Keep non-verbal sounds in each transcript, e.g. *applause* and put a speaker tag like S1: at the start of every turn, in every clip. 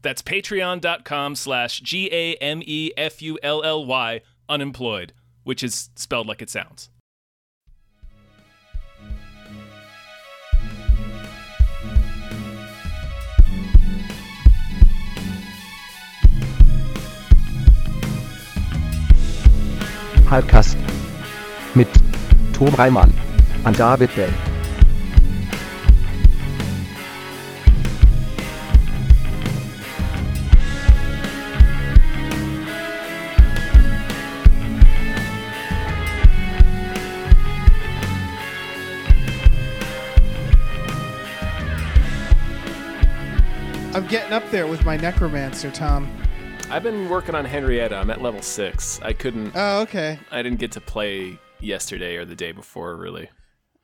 S1: That's patreon.com slash G A M E F U L L Y unemployed, which is spelled like it sounds.
S2: Halbkast mit Tom Reimann an David Bell.
S3: I'm getting up there with my necromancer, Tom.
S1: I've been working on Henrietta. I'm at level six. I couldn't,
S3: Oh, okay.
S1: I didn't get to play yesterday or the day before, really.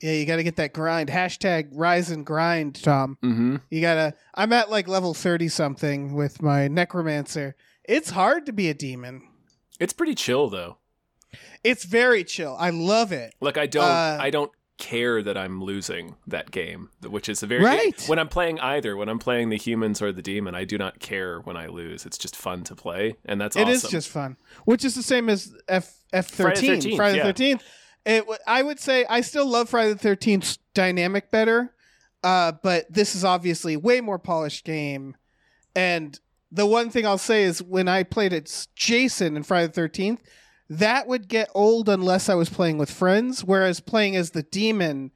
S3: Yeah, you got to get that grind. Hashtag rise and grind, Tom.
S1: Mm-hmm.
S3: You gotta. I'm at like level thirty something with my necromancer. It's hard to be a demon.
S1: It's pretty chill, though.
S3: It's very chill. I love it.
S1: Like I don't
S3: Uh,
S1: I don't care that I'm losing that game, th- which is a very
S3: Right.
S1: when I'm playing either, when I'm playing the humans or the demon, I do not care when I lose. It's just fun to play, and that's
S3: It
S1: awesome.
S3: is just fun, which is the same as F F
S1: Friday
S3: thirteen
S1: the 13th,
S3: Friday the
S1: yeah.
S3: Thirteenth. It. w- I would say I still love Friday the Thirteenth's dynamic better, uh, but this is obviously way more polished game. And the one thing I'll say is when I played it, Jason in Friday the Thirteenth, that would get old unless I was playing with friends. Whereas playing as the demon,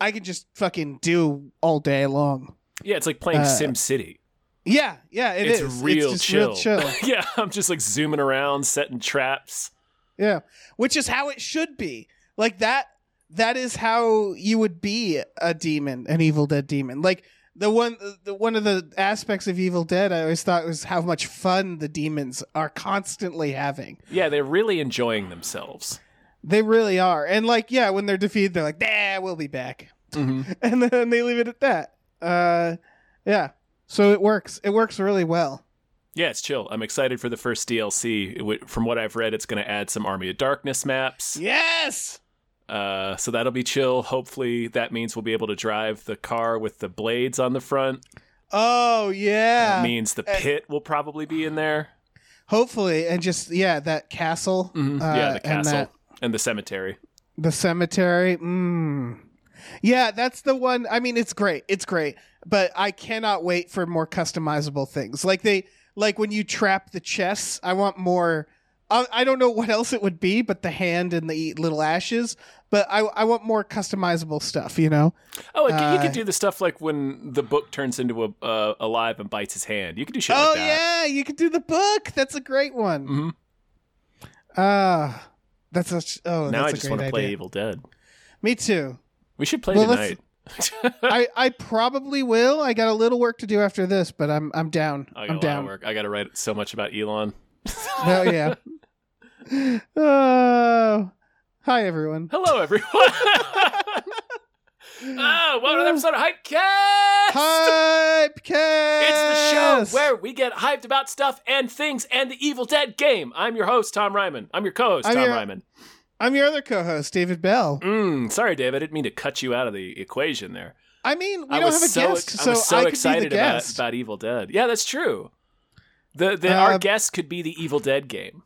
S3: I could just fucking do all day long.
S1: yeah, it's like playing
S3: uh,
S1: Sim City.
S3: Yeah, yeah, it
S1: it's
S3: is.
S1: real
S3: it's just
S1: chill.
S3: real chill.
S1: *laughs* yeah, I'm just like zooming around, setting traps.
S3: Yeah, which is how it should be. Like that. That is how you would be a demon, an Evil Dead demon. Like the one, the, one of the aspects of Evil Dead, I always thought was how much fun the demons are constantly having.
S1: Yeah, they're really enjoying themselves.
S3: They really are. And like, yeah, when they're defeated, they're like, "Nah, we'll be back," *laughs*
S1: Mhm.
S3: and then they leave it at that. Uh, yeah. So it works. It works really well.
S1: Yeah, it's chill. I'm excited for the first DLC. It would- From what I've read, it's going to add some Army of Darkness maps.
S3: Yes.
S1: Uh, so that'll be chill. Hopefully, that means we'll be able to drive the car with the blades on the front.
S3: Oh yeah.
S1: That means the
S3: and-
S1: pit will probably be in there.
S3: Hopefully, and just yeah, that castle. uh,
S1: Mm-hmm. yeah, the
S3: and
S1: castle and,
S3: that-
S1: the cemetery.
S3: The cemetery. Mm. Yeah, that's the one. I mean, it's great. It's great, but I cannot wait for more customizable things. Like they, like when you trap the chests, I want more. I, I don't know what else it would be, but the hand and the little ashes. But I, I want more customizable stuff. You know?
S1: Oh, and you
S3: Uh,
S1: could do the stuff like when the book turns into a uh, alive and bites his hand. You could do shit
S3: oh
S1: like that.
S3: yeah, you could do the book. That's a great one.
S1: Mhm.
S3: Ah, that's such. Oh,
S1: now
S3: that's
S1: I
S3: a
S1: just
S3: great
S1: want to play
S3: idea.
S1: Evil Dead.
S3: Me too.
S1: We should play
S3: Well, let's-
S1: tonight. *laughs*
S3: I, I probably will. I got a little work to do after this, but I'm I'm down.
S1: I Oh, got a
S3: I'm
S1: lot of
S3: down.
S1: work. I got to write so much about Elon.
S3: Oh yeah. Oh, hi everyone.
S1: *laughs* Hello,
S3: *laughs*
S1: everyone. oh, welcome to the episode of Hypecast.
S3: Hypecast.
S1: It's the show where we get hyped about stuff and things and the Evil Dead game. I'm your host, Tom Ryman. I'm your co-host,
S3: I'm
S1: Tom
S3: your-
S1: Ryman.
S3: I'm your other co-host, David Bell.
S1: Mm, sorry, Dave. I didn't mean to cut you out of the equation there.
S3: I mean, we
S1: I
S3: don't
S1: was
S3: have a
S1: so,
S3: guest,
S1: I
S3: so
S1: was so
S3: I could
S1: excited
S3: be the
S1: about-
S3: guest.
S1: About, Evil Dead. Yeah, that's true. The, the,
S3: Uh,
S1: our guest could be the Evil Dead game.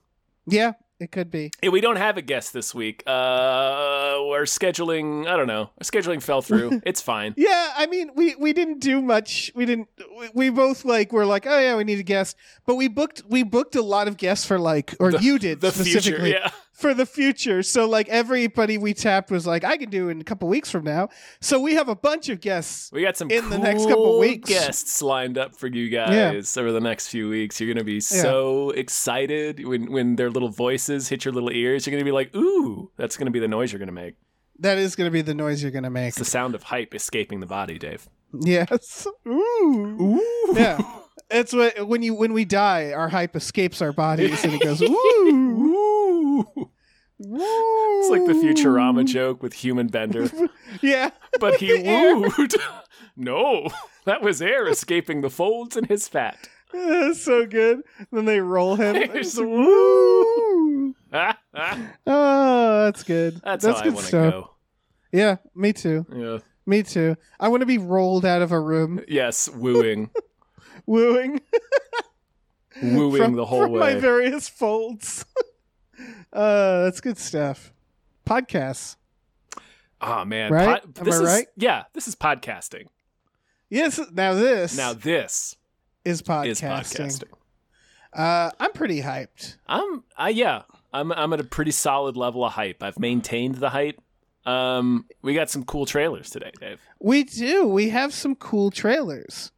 S3: yeah, it could be.
S1: Yeah, we don't have a guest this week. Uh, we're scheduling. I don't know. Our scheduling fell
S3: *laughs*
S1: through. it's fine.
S3: Yeah, I mean, we we didn't do much. We didn't. We, we both like were like, oh yeah, we need a guest, but we booked we booked a lot of guests for like, or you did
S1: The
S3: specifically
S1: future. Yeah.
S3: for the future. So like everybody we tapped was like, I can do in a couple weeks from now. So we have a bunch of guests.
S1: We got some
S3: in the next couple
S1: cool
S3: weeks.
S1: guests lined up for you guys over the next few weeks. You're gonna be so excited when when their little voices hit your little ears. You're gonna be like, "Ooh, that's gonna be the noise you're gonna make."
S3: That is going to be the noise you're going to make.
S1: It's the sound of hype escaping the body, Dave.
S3: Yes. Ooh.
S1: *laughs* Ooh,
S3: Yeah. It's what when you when we die, our hype escapes our bodies and it goes woo
S1: Woo!
S3: woo.
S1: It's like the Futurama joke with human
S3: *laughs*
S1: bender,
S3: Yeah,
S1: but he
S3: The air.
S1: wooed. *laughs* no, that was air escaping the folds in his fat. *laughs*
S3: That's so good. Then they roll him.
S1: There's the
S3: woo.
S1: Ah, ah,
S3: Oh, that's good.
S1: that's, how I
S3: good
S1: want to
S3: stuff.
S1: go.
S3: Yeah, me too.
S1: Yeah.
S3: Me too. I want to be rolled out of a room,
S1: Yes, wooing,
S3: wooing.
S1: wooing
S3: from,
S1: the whole
S3: from my
S1: way.
S3: various folds. *laughs* uh, that's good stuff. Podcasts.
S1: Ah man,
S3: Right?
S1: pod-
S3: Am
S1: this
S3: I
S1: is
S3: right?
S1: yeah, this is podcasting.
S3: Yes, now this
S1: Now this
S3: is podcasting.
S1: is podcasting.
S3: Uh, I'm pretty hyped.
S1: I'm I yeah. I'm I'm at a pretty solid level of hype. I've maintained the hype. Um we got some cool trailers today, Dave.
S3: We do. We have some cool trailers.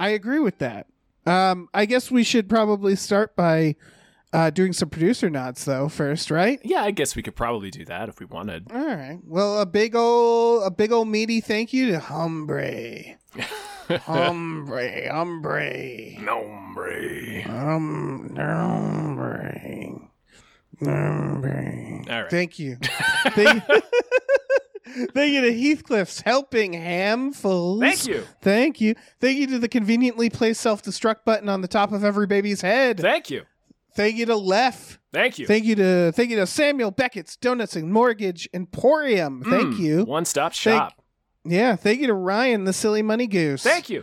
S3: I agree with that. Um, I guess we should probably start by uh, doing some producer nods, though, first, right?
S1: Yeah, I guess we could probably do that if we wanted.
S3: All right. Well, a big ol' a big ol' meaty thank you to
S1: *laughs*
S3: Humbre, Humbre, Humbre.
S1: Nombre.
S3: Um, numbering. Numbering.
S1: All right.
S3: Thank you. Thank you. *laughs* Thank you to Heathcliff's helping handfuls.
S1: Thank you.
S3: Thank you. Thank you to the conveniently placed self destruct button on the top of every baby's head.
S1: Thank you.
S3: Thank you to Lef.
S1: Thank you.
S3: Thank you to thank you to Samuel Beckett's Donuts and Mortgage Emporium. Thank
S1: Mm,
S3: you.
S1: One stop
S3: Thank-
S1: shop.
S3: Yeah, thank you to Ryan the Silly Money Goose.
S1: Thank you.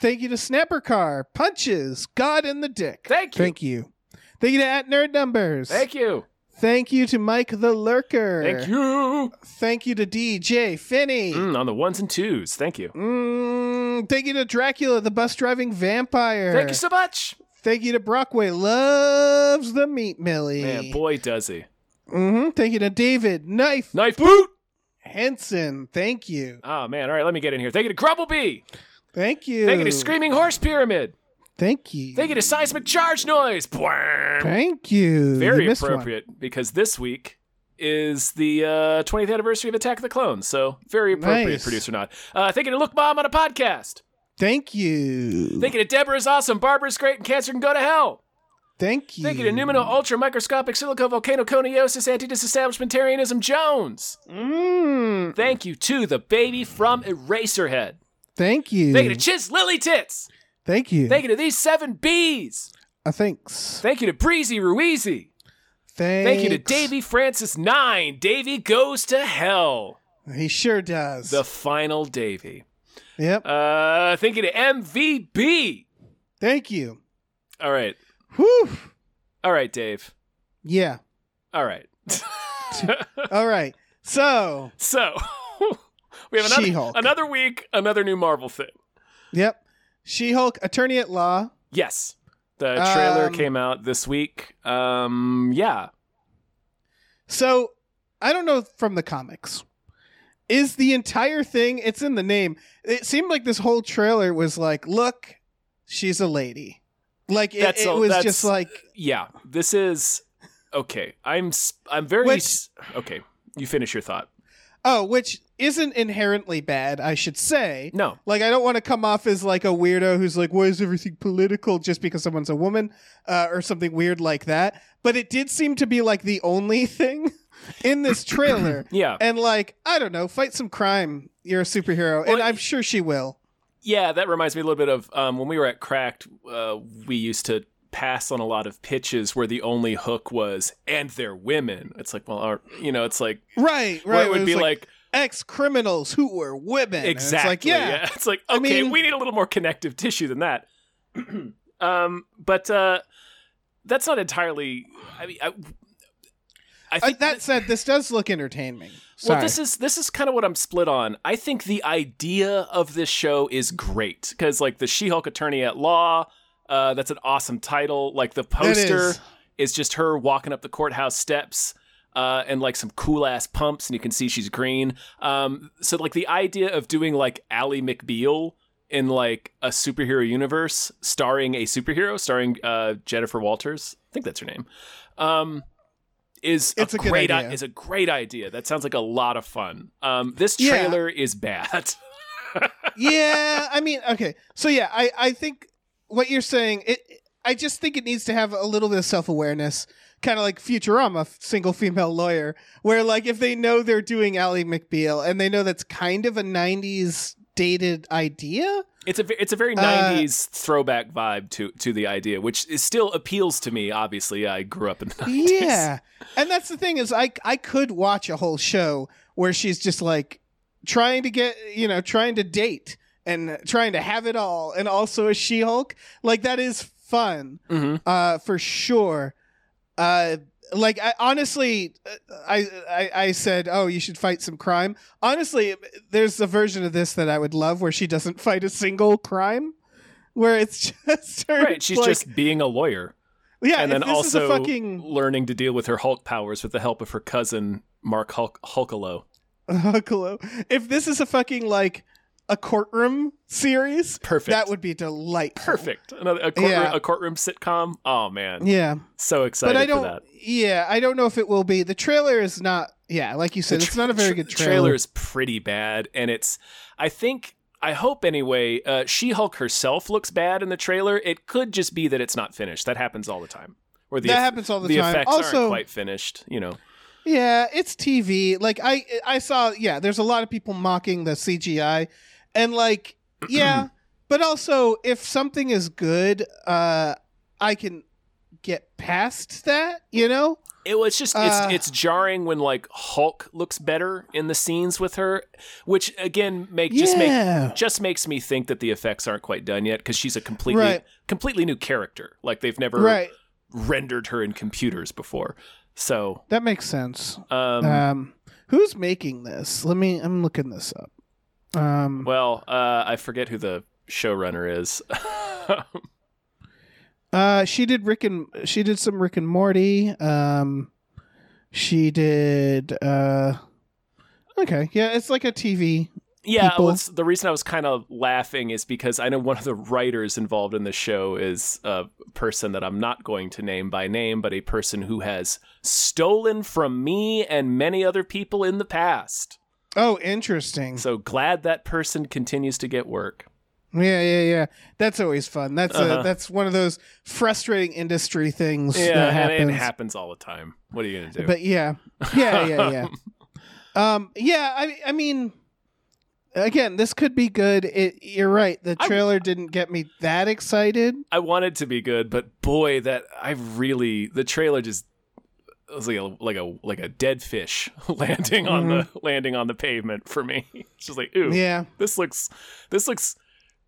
S3: Thank you to Snapper Car, Punches, God in the Dick.
S1: Thank you.
S3: Thank you. Thank you to at Nerd Numbers.
S1: Thank you.
S3: Thank you to Mike the Lurker.
S1: Thank you.
S3: Thank you to DJ Finney. Mm.
S1: Mm, on the ones and twos. Thank you.
S3: thank you to Dracula, the bus driving vampire.
S1: Thank you so much.
S3: Thank you to Brockway, loves the meat millie.
S1: Man, boy does he.
S3: Mhm. Thank you to David Knife
S1: Knife boot.
S3: Henson. Thank you.
S1: Oh man, all right, let me get in here. Thank you to Grumblebee.
S3: Thank you.
S1: Thank you to Screaming Horse Pyramid.
S3: Thank you.
S1: Thank you to Seismic Charge Noise. Bwang.
S3: Thank you.
S1: very
S3: You missed one.
S1: appropriate because this week is the uh, 20th anniversary of Attack of the Clones, so very appropriate,
S3: Nice.
S1: producer nod. Uh, thinking to Look Mom on a podcast.
S3: Thank you.
S1: Thinking to Deborah is awesome, Barbara's great, and cancer can go to hell.
S3: Thank you.
S1: Thinking to Numino Ultra Microscopic Silico Volcano Coniosis Anti Disestablishmentarianism Jones.
S3: Mm,
S1: Thank you to the baby from Eraserhead.
S3: thank you.
S1: Thank you to Chiz Lily Tits.
S3: Thank you.
S1: Thank you to these seven bees.
S3: Uh, thanks.
S1: Thank you to Breezy Ruizy.
S3: Thanks.
S1: Thank you to Davy Francis Nine. Davy goes to hell.
S3: He sure does.
S1: The final Davy.
S3: yep.
S1: Uh, thinking to MVB.
S3: Thank you.
S1: All right,
S3: Whew.
S1: all right, Dave. *laughs*
S3: Yeah.
S1: All right.
S3: All right. So,
S1: so *laughs* we have another,
S3: She-Hulk.
S1: another week, another new Marvel thing.
S3: yep. She Hulk, attorney at law.
S1: Yes, the trailer
S3: Um,
S1: came out this week. Um, yeah,
S3: So, I don't know from the comics. Is the entire thing, it's in the name. It seemed like this whole trailer was like, look, she's a lady. Like, it,
S1: That's
S3: it
S1: all-
S3: was
S1: that's-
S3: just like,
S1: yeah. This is okay. I'm s- I'm very
S3: Which-
S1: s- okay. You finish your thought.
S3: oh, which isn't inherently bad, I should say.
S1: No.
S3: Like, I don't want to come off as like a weirdo who's like, why is everything political just because someone's a woman uh, or something weird like that. But it did seem to be like the only *laughs* thing in this trailer.
S1: *coughs* Yeah.
S3: and like, I don't know, fight some crime. You're a superhero.
S1: Well,
S3: and I'm sure she will.
S1: Yeah, that reminds me a little bit of um, when we were at Cracked. Uh, we used to pass on a lot of pitches where the only hook was "and they're women." It's like, well, our, you know, it's like
S3: Right,
S1: where
S3: right.
S1: it would
S3: was
S1: be like,
S3: ex criminals who were women. And it's
S1: exactly,
S3: like, yeah.
S1: *laughs* It's like, okay,
S3: mean-
S1: we need a little more connective tissue than that. *clears throat* um, but uh, that's not entirely. I mean, I, I
S3: Uh,
S1: think
S3: that said, this does look entertaining. Sorry.
S1: Well, this is this is kind of what I'm split on. I think the idea of this show is great because, like, the She-Hulk attorney at law, uh, that's an awesome title. Like, the poster
S3: is.
S1: is just her walking up the courthouse steps uh, and like some cool ass pumps, and you can see she's green. Um, so, like, the idea of doing like Ally McBeal in like a superhero universe, starring a superhero, starring uh, Jennifer Walters, I think that's her name. Um, is
S3: It's a good
S1: great
S3: idea.
S1: i- is a great idea. That sounds like a lot of fun. Um, this
S3: Yeah.
S1: trailer is bad. *laughs*
S3: yeah, I mean, okay. So yeah, I I think what you're saying, it. I just think it needs to have a little bit of self awareness, kind of like Futurama, single female lawyer, where like if they know they're doing Ally McBeal and they know that's kind of a '90s dated idea,
S1: It's a ve- it's a very
S3: Uh,
S1: '90s throwback vibe to to the idea, which is still appeals to me. Obviously, I grew up in the *laughs* '90s.
S3: yeah and that's the thing is i i could watch a whole show where she's just like trying to get you know trying to date and trying to have it all and also a she-hulk like that is fun
S1: hmm
S3: uh for sure uh like I, honestly, uh, I, I I said, oh, you should fight some crime. Honestly, there's a version of this that I would love where she doesn't *laughs* fight a single crime, where it's *laughs* just her,
S1: Right, she's
S3: like-
S1: just being a lawyer,
S3: yeah,
S1: and
S3: if
S1: then
S3: this is a
S1: also
S3: fucking *laughs*
S1: learning to deal with her Hulk powers with the help of her cousin Mark Hulk- Hulkalo.
S3: Huckalo. If this is a fucking like a courtroom series,
S1: Perfect.
S3: that would be delightful.
S1: Perfect. Another a courtroom,
S3: Yeah.
S1: a courtroom sitcom. Oh man,
S3: Yeah,
S1: so excited
S3: but I
S1: for
S3: don't.
S1: that.
S3: Yeah, I don't know if it will be. The trailer is not. Yeah, like you said,
S1: The
S3: it's not a very
S1: tra-
S3: good
S1: tra-
S3: trailer.
S1: is pretty bad, and it's. I think. I hope anyway. Uh, she Hulk herself looks bad in the trailer. It could just be that it's not finished. That happens all the time. Or the
S3: that
S1: eff-
S3: happens all the,
S1: the
S3: time.
S1: effects
S3: also,
S1: aren't quite finished. You know.
S3: yeah, it's TV. Like I, I saw. Yeah, there's a lot of people mocking the CGI,
S1: *clears throat*
S3: and like, yeah, but also if something is good, uh, I can get past that. You know.
S1: It was just
S3: Uh,
S1: it's it's jarring when like Hulk looks better in the scenes with her, which again make just make
S3: yeah.
S1: just makes me think that the effects aren't quite done yet because she's a completely
S3: Right.
S1: completely new character. Like they've never
S3: right.
S1: rendered her in computers before. So
S3: That makes sense.
S1: um,
S3: Um, who's making this? Let me. I'm looking this up. Um,
S1: well, uh, I forget who the showrunner is. *laughs*
S3: uh, she did Rick and she did some Rick and Morty. Um, she did. Uh, okay, yeah, it's like a TV.
S1: yeah,
S3: People.
S1: well, it's- the reason I was kind of laughing is because I know one of the writers involved in the show is a person that I'm not going to name by name, but a person who has stolen from me and many other people in the past.
S3: Oh, interesting.
S1: So glad that person continues to get work.
S3: yeah, yeah, yeah. That's always fun. That's
S1: Uh-huh.
S3: a, that's one of those frustrating industry things that
S1: Yeah, and
S3: happens.
S1: it happens all the time. What are you gonna do?
S3: But yeah, yeah,
S1: *laughs*
S3: yeah, yeah. Um, yeah, I, I mean, again, this could be good. It, you're right. The
S1: I-
S3: trailer didn't get me that excited.
S1: I wanted to be good, but boy, that I really the trailer just it was like a like a like a dead fish *laughs* landing on the landing on the pavement for me. *laughs* It's just like ooh,
S3: Yeah,
S1: this looks this looks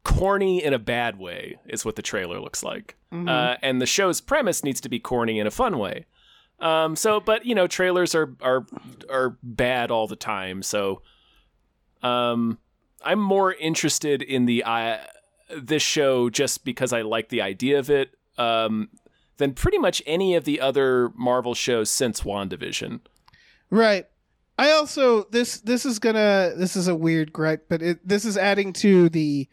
S1: corny in a bad way. Is what the trailer looks like, uh, and the show's premise needs to be corny in a fun way. Um, so, but you know, trailers are are are bad all the time. So, um, I'm more interested in the uh, this show just because I like the idea of it um, than pretty much any of the other Marvel shows since WandaVision.
S3: right. I also this this is gonna this is a weird gripe, but it, this is adding to the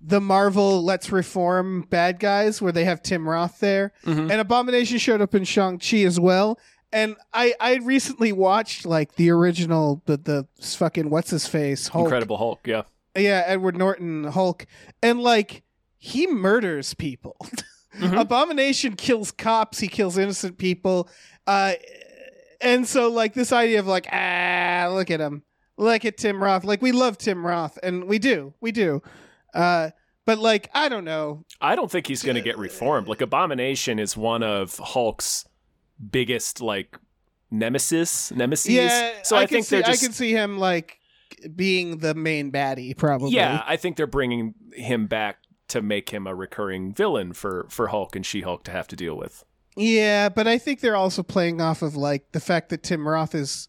S3: the Marvel Let's Reform bad guys where they have Tim Roth there,
S1: Mhm.
S3: and Abomination showed up in Shang Chi as well. And I I recently watched like the original the the fucking what's his face Hulk
S1: Incredible Hulk, yeah.
S3: yeah edward norton hulk and like he murders people *laughs*
S1: Mhm.
S3: abomination kills cops he kills innocent people uh and so like this idea of like ah look at him look at tim roth like we love tim roth and we do we do uh but like i don't know
S1: I don't think he's going to get reformed. Like Abomination is one of Hulk's biggest like nemesis, nemesis.
S3: yeah
S1: so I,
S3: can
S1: think
S3: see,
S1: they're just
S3: i can see him like being the main baddie probably
S1: yeah. I think they're bringing him back to make him a recurring villain for for Hulk and She Hulk to have to deal with.
S3: Yeah, but I think they're also playing off of like the fact that Tim Roth is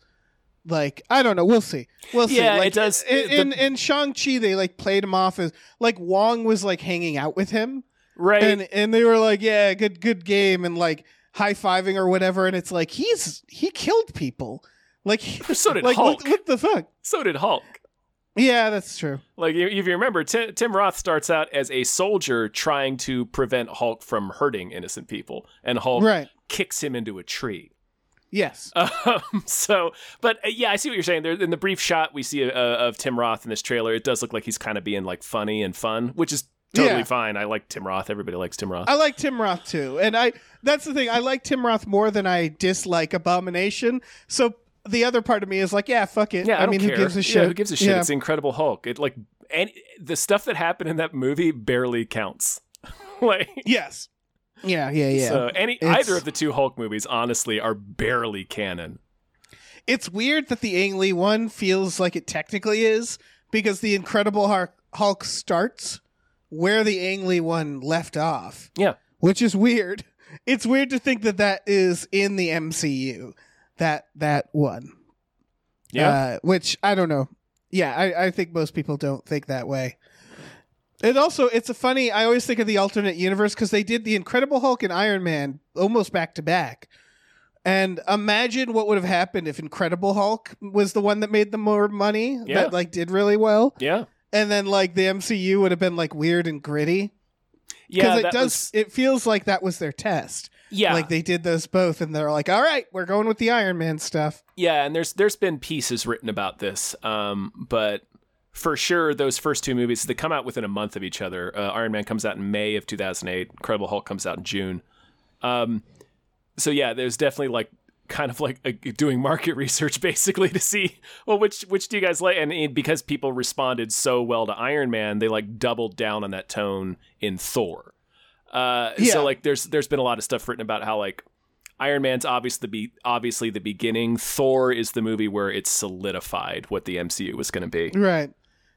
S3: like I don't know. We'll see. We'll see.
S1: Yeah,
S3: Like,
S1: it does-
S3: In
S1: the-
S3: in, in Shang Chi, they like played him off as like Wong was like hanging out with him,
S1: Right.
S3: and and they were like, yeah, good good game, and like high fiving or whatever. And it's like he's he killed people. Like
S1: So did
S3: like
S1: Hulk.
S3: What, what the fuck?
S1: so did Hulk.
S3: Yeah, that's true.
S1: Like if if you remember, Ti- Tim Roth starts out as a soldier trying to prevent Hulk from hurting innocent people, and Hulk
S3: Right.
S1: kicks him into a tree.
S3: Yes.
S1: Um, *laughs* so, but uh, yeah, I see what you're saying. There, in the brief shot we see uh, of Tim Roth in this trailer, it does look like he's kind of being like funny and fun, which is totally
S3: Yeah.
S1: fine. I like Tim Roth. Everybody likes Tim Roth.
S3: I like Tim Roth too, and I that's the thing. I like Tim Roth more than I dislike Abomination. So the other part of me is like, yeah, fuck it.
S1: yeah, I,
S3: mean,
S1: don't
S3: who
S1: care.
S3: gives a
S1: Yeah,
S3: shit?
S1: who gives a shit?
S3: Yeah.
S1: It's the Incredible Hulk. It like any, the stuff that happened in that movie barely counts. *laughs* like
S3: yes. Yeah, yeah, yeah.
S1: so any
S3: It's-
S1: either of the two Hulk movies honestly are barely canon.
S3: it's weird that the Ang Lee one feels like it technically is because the Incredible Hulk, Hulk starts where the Ang Lee one left off.
S1: Yeah.
S3: which is weird. It's weird to think that that is in the MCU. That that one.
S1: Yeah.
S3: Uh, which I don't know. Yeah, I, I think most people don't think that way. And also, it's a funny. I always think of the alternate universe because they did the Incredible Hulk and Iron Man almost back to back. And imagine what would have happened if Incredible Hulk was the one that made the more money
S1: Yeah.
S3: that like did really well,
S1: yeah.
S3: and then like the MCU would have been like weird and gritty
S1: Yeah,
S3: because it
S1: that
S3: does.
S1: was-
S3: It feels like that was their test.
S1: yeah,
S3: Like they did those both, and they're like, "All right, we're going with the Iron Man stuff."
S1: yeah, and there's there's been pieces written about this, um, but for sure those first two movies they come out within a month of each other. Uh, Iron Man comes out in May of 2008. Incredible Hulk comes out in June. Um, so yeah, there's definitely like kind of like a, doing market *laughs* research basically to see well which which do you guys like and it- because people responded so well to Iron Man, they like doubled down on that tone in Thor. Uh,
S3: Yeah.
S1: So like there's there's been a lot of stuff written about how like Iron Man's obviously the be- obviously the beginning. Thor is the movie where it solidified what the MCU was going to be.
S3: Right.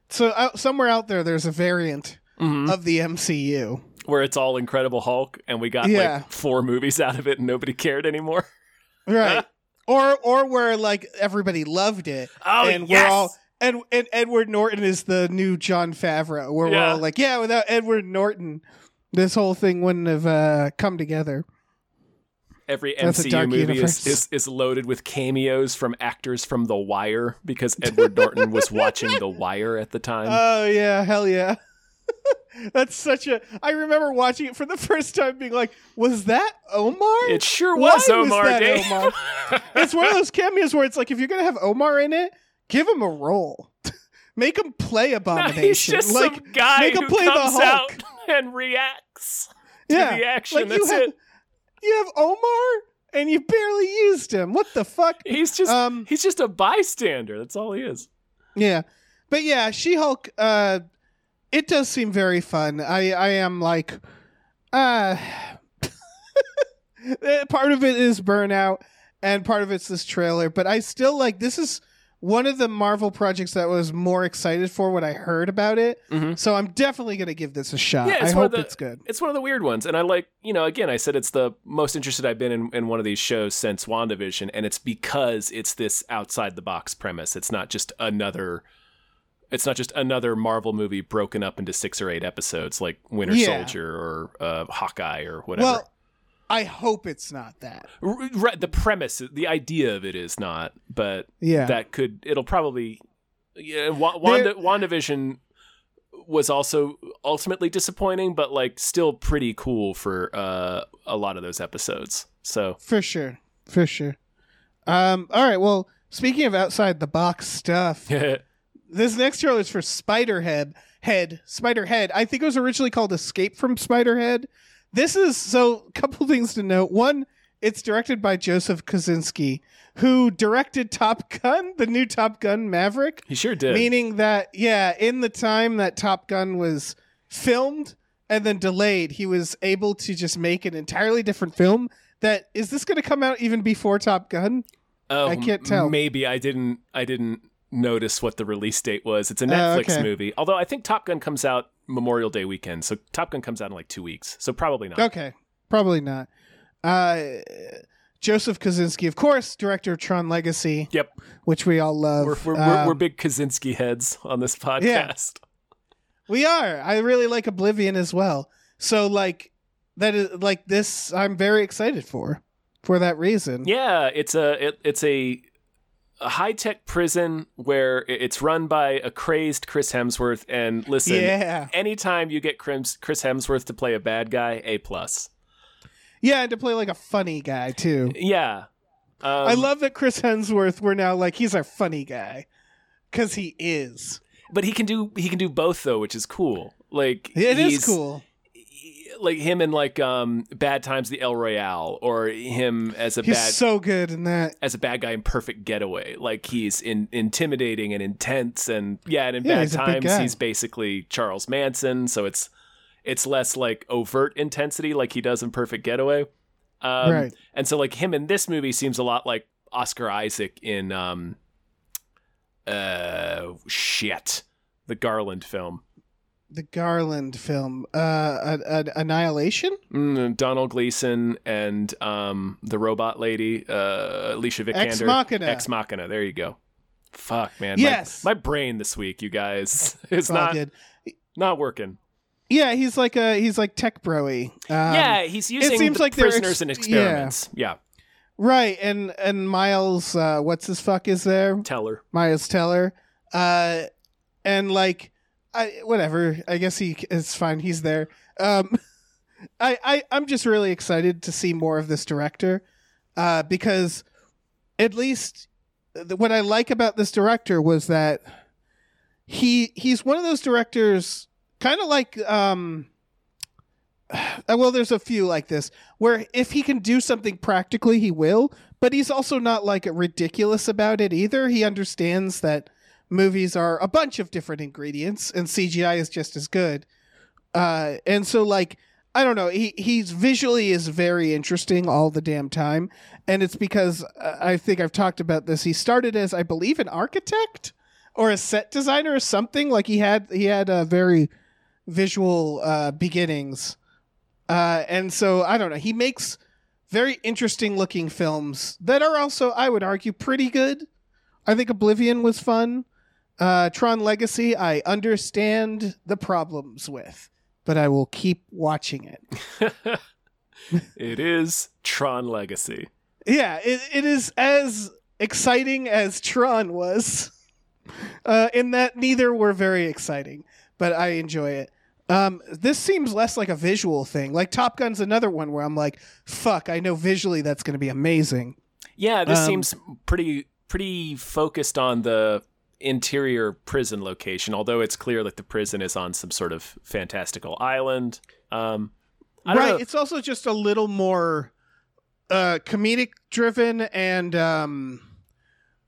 S3: So out, somewhere out there, there's a variant of the MCU.
S1: where it's all Incredible Hulk, and we got
S3: Yeah.
S1: like four movies out of it, and nobody cared anymore. *laughs*
S3: Right. or or where like everybody loved it,
S1: Oh,
S3: and
S1: yes!
S3: we're all and and Edward Norton is the new John Favreau, where we're
S1: Yeah.
S3: all like, yeah, without Edward Norton, this whole thing wouldn't have uh, come together.
S1: Every
S3: That's a
S1: MCU
S3: dark
S1: movie is,
S3: universe.
S1: is is loaded with cameos from actors from The Wire because Edward Norton was watching The Wire at the time.
S3: Oh yeah, hell yeah. *laughs* That's such a. I remember watching it for the first time, being like, "Was that Omar?"
S1: it sure
S3: Why
S1: was Omar.
S3: that
S1: Dave.
S3: Omar? *laughs* it's one of those cameos where it's like if you're gonna have Omar in it, give him a role. *laughs* make him play
S1: No, *laughs*
S3: Abomination.
S1: he's just
S3: like
S1: some guy
S3: make him
S1: who
S3: play the
S1: comes
S3: Hulk.
S1: out and reacts
S3: yeah,
S1: to the action.
S3: like you
S1: That's
S3: have
S1: it.
S3: you have Omar and you barely used him. What the fuck?
S1: He's just
S3: Um,
S1: he's just a bystander. That's all he is.
S3: yeah, but yeah, She Hulk. Uh, it does seem very fun. I I am like, uh, *laughs* eh, part of it is burnout and part of it's this trailer but i still like this is one of the marvel projects that I was more excited for when i heard about it
S1: Mhm.
S3: so i'm definitely going to give this a shot
S1: Yeah, it's
S3: i
S1: one of
S3: hope
S1: the-
S3: it's good
S1: It's one of the weird ones. And I like, you know, again, I said it's the most interested I've been in, in one of these shows since WandaVision. And it's because it's this outside the box premise. It's not just another. It's not just another Marvel movie broken up into six or eight episodes, like Winter
S3: Yeah.
S1: Soldier or uh, Hawkeye or whatever.
S3: well i hope it's not that
S1: R- r- the premise, the idea of it is not, but
S3: yeah
S1: that could it'll probably yeah, Wa- Wanda, WandaVision was also ultimately disappointing but like still pretty cool for uh a lot of those episodes. So, *laughs*
S3: for sure for sure um all right well speaking of outside the box stuff this next trailer is for Spiderhead. Head Spiderhead. I think it was originally called Escape from Spiderhead. This is so. *laughs* A couple things to note. One, it's directed by Joseph Kosinski, who directed Top Gun, the new Top Gun Maverick.
S1: he sure did.
S3: Meaning that, yeah, in the time that Top Gun was filmed and then delayed, he was able to just make an entirely different film. That is this going to come out even before Top Gun?
S1: oh,
S3: I can't tell.
S1: Maybe I didn't I didn't notice what the release date was. It's a
S3: Oh,
S1: Netflix
S3: okay.
S1: movie. Although I think Top Gun comes out Memorial Day weekend. So Top Gun comes out in like 2 weeks. So probably not.
S3: Okay, probably not. Uh, Joseph Kosinski, of course, director of Tron Legacy.
S1: Yep.
S3: which we all love.
S1: We're, we're,
S3: Um,
S1: we're, we're big Kaczynski heads on this podcast.
S3: we are. I really like Oblivion as well. So like that is like this. I'm very excited for for that reason.
S1: Yeah, it's a it, it's a, a high tech prison where i- it's run by a crazed Chris Hemsworth. And listen,
S3: Yeah,
S1: anytime you get Crims- Chris Hemsworth to play a bad guy, a plus.
S3: yeah, and to play like a funny guy too.
S1: Yeah, um,
S3: I love that Chris Hemsworth. We're now like he's our funny guy because he is.
S1: But he can do he can do both though, which is cool. Like
S3: It is
S1: he's-
S3: cool.
S1: Like him in like um Bad Times at the El Royale or him as a
S3: He's
S1: bad
S3: so good in that.
S1: as a bad guy in Perfect Getaway. Like he's in, intimidating and intense, and yeah, and in
S3: Yeah,
S1: Bad
S3: he's a big
S1: Times
S3: guy.
S1: he's basically Charles Manson. So it's it's less like overt intensity like he does in Perfect Getaway. Um,
S3: right.
S1: And so like him in this movie seems a lot like Oscar Isaac in um uh shit the Garland film.
S3: The Garland film, uh, uh, uh, Annihilation,
S1: Mm, Donald Gleason and um the robot lady uh Alicia Vikander.
S3: Ex Machina.
S1: Ex Machina. There you go. Fuck, man.
S3: Yes.
S1: My, my brain this week, you guys, *laughs* is
S3: It's all
S1: not
S3: good.
S1: not working.
S3: Yeah, he's like a he's like tech broy. Um,
S1: yeah, he's using
S3: seems
S1: the
S3: like they're ex-
S1: prisoners and
S3: yeah.
S1: experiments. Yeah.
S3: Right, and and Miles, uh, what's his fuck is there?
S1: Tell her. *laughs*
S3: Miles Teller, uh, and like, I whatever. I guess he it's fine. He's there. Um, *laughs* I I I'm just really excited to see more of this director, uh, because at least the, what I like about this director was that he he's one of those directors, kind of like um. *sighs* uh, Well, there's a few like this where if he can do something practically, he will but he's also not like ridiculous about it either. He understands that movies are a bunch of different ingredients and CGI is just as good. Uh, and so like I don't know, he he's visually is very interesting all the damn time, and it's because uh, I think I've talked about this. He started as I believe an architect or a set designer or something. Like he had he had a very visual uh, beginnings, uh, and so I don't know. He makes very interesting looking films that are also, I would argue, pretty good. I think Oblivion was fun. Uh, Tron Legacy, I understand the problems with, but I will keep watching it.
S1: It is Tron Legacy.
S3: Yeah, it, it is as exciting as Tron was, *laughs* uh, in that neither were very exciting, but I enjoy it. Um, this seems less like a visual thing. Like Top Gun's another one where I'm like, fuck, I know visually that's going to be amazing.
S1: Yeah, this
S3: Um,
S1: seems pretty pretty focused on the interior prison location, although it's clear that the prison is on some sort of fantastical island. Um, I don't
S3: right.
S1: know-
S3: It's also just a little more uh, comedic driven and um,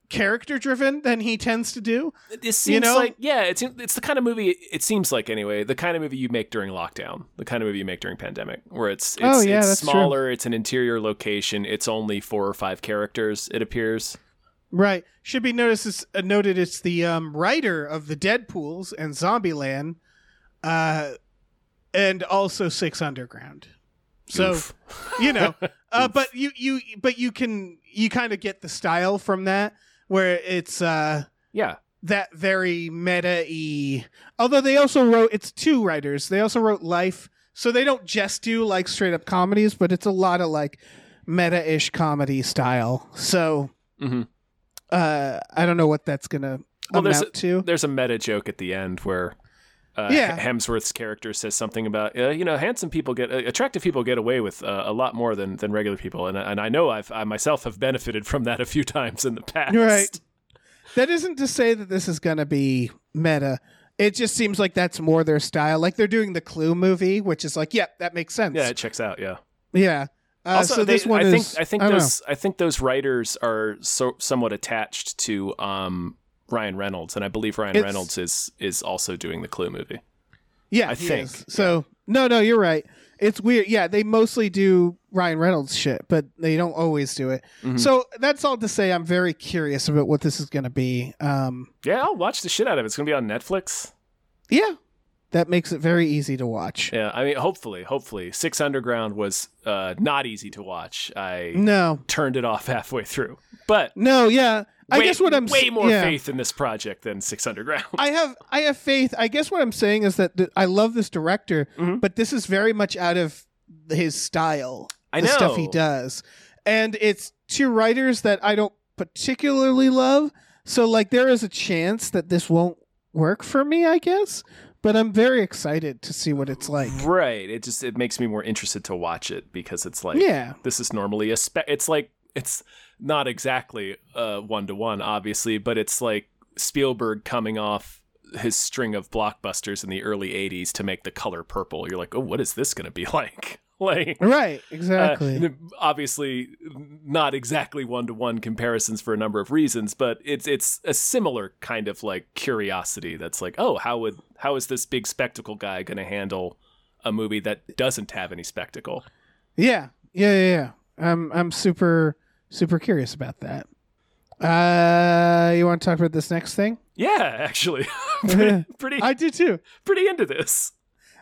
S3: character driven than he tends to do.
S1: This seems
S3: you know-
S1: like yeah, it's it's the kind of movie it seems like anyway, the kind of movie you make during lockdown, the kind of movie you make during pandemic, where it's it's,
S3: Oh, yeah,
S1: it's
S3: that's true.
S1: smaller, it's an interior location, it's only four or five characters, it appears.
S3: Right. Should be noticed. It's, uh, noted. It's the um, writer of the Deadpool's and Zombieland, uh, and also Six Underground. So
S1: Oof. *laughs*
S3: you know, uh, but you you but you can you kind of get the style from that where it's. Uh,
S1: yeah.
S3: that very meta y. Although they also wrote, it's two writers. They also wrote Life. So they don't just do like straight up comedies, but it's a lot of like meta ish comedy style. So
S1: hmm
S3: uh, I don't know what that's going to
S1: Well, there's
S3: amount to.
S1: There's a meta joke at the end where uh,
S3: Yeah.
S1: H- Hemsworth's character says something about uh, you know handsome people get uh, attractive people get away with uh, a lot more than than regular people, and and I know I've I myself have benefited from that a few *laughs* times in the past.
S3: Right. That isn't to say that this is going to be meta. It just seems like that's more their style. Like they're doing the Clue movie, which is like, yep, that makes sense.
S1: Yeah, it checks out. Yeah.
S3: Yeah. Uh,
S1: also,
S3: so
S1: they-
S3: this one
S1: I
S3: is.
S1: think I think
S3: don't know.
S1: those I think those writers are so somewhat attached to um Ryan Reynolds, and I believe Ryan
S3: It's-
S1: Reynolds is is also doing the Clue movie.
S3: Yeah,
S1: I
S3: he
S1: think.
S3: is. so. No, no, you're right. It's weird. Yeah, they mostly do Ryan Reynolds shit, but they don't always do it.
S1: Mhm.
S3: So that's all to say. I'm very curious about what this is going to be. Um,
S1: Yeah, I'll watch the shit out of it. It's gonna be on Netflix.
S3: yeah, that makes it very easy to watch.
S1: Yeah, I mean, hopefully, hopefully, Six Underground was uh, not easy to watch. I
S3: No,
S1: turned it off halfway through, but
S3: no, yeah. I
S1: way-
S3: guess what I'm s-
S1: way more
S3: yeah.
S1: faith in this project than Six Underground.
S3: I have I have faith. I guess what I'm saying is that th- I love this director,
S1: Mhm.
S3: but this is very much out of his style.
S1: *laughs* I
S3: the
S1: know.
S3: stuff he does, and it's two writers that I don't particularly love. So like there is a chance that this won't work for me, I guess. But I'm very excited to see what it's like.
S1: Right. It just it makes me more interested to watch it because it's like
S3: Yeah,
S1: this is normally a spe- it's like it's not exactly uh one to one obviously but it's like Spielberg coming off his string of blockbusters in the early 80s to make the color purple you're like oh what is this going to be *laughs* like like
S3: Right,
S1: uh,
S3: exactly.
S1: n- obviously not exactly one-to-one comparisons for a number of reasons but it's it's a similar kind of like curiosity that's like oh how would how is this big spectacle guy going to handle a movie that doesn't have any spectacle
S3: Yeah, yeah, yeah, yeah. I'm I'm super super curious about that. Uh, you want to talk about this
S1: *laughs*
S3: next thing?
S1: yeah actually *laughs* pretty pretty,
S3: I do too.
S1: pretty into this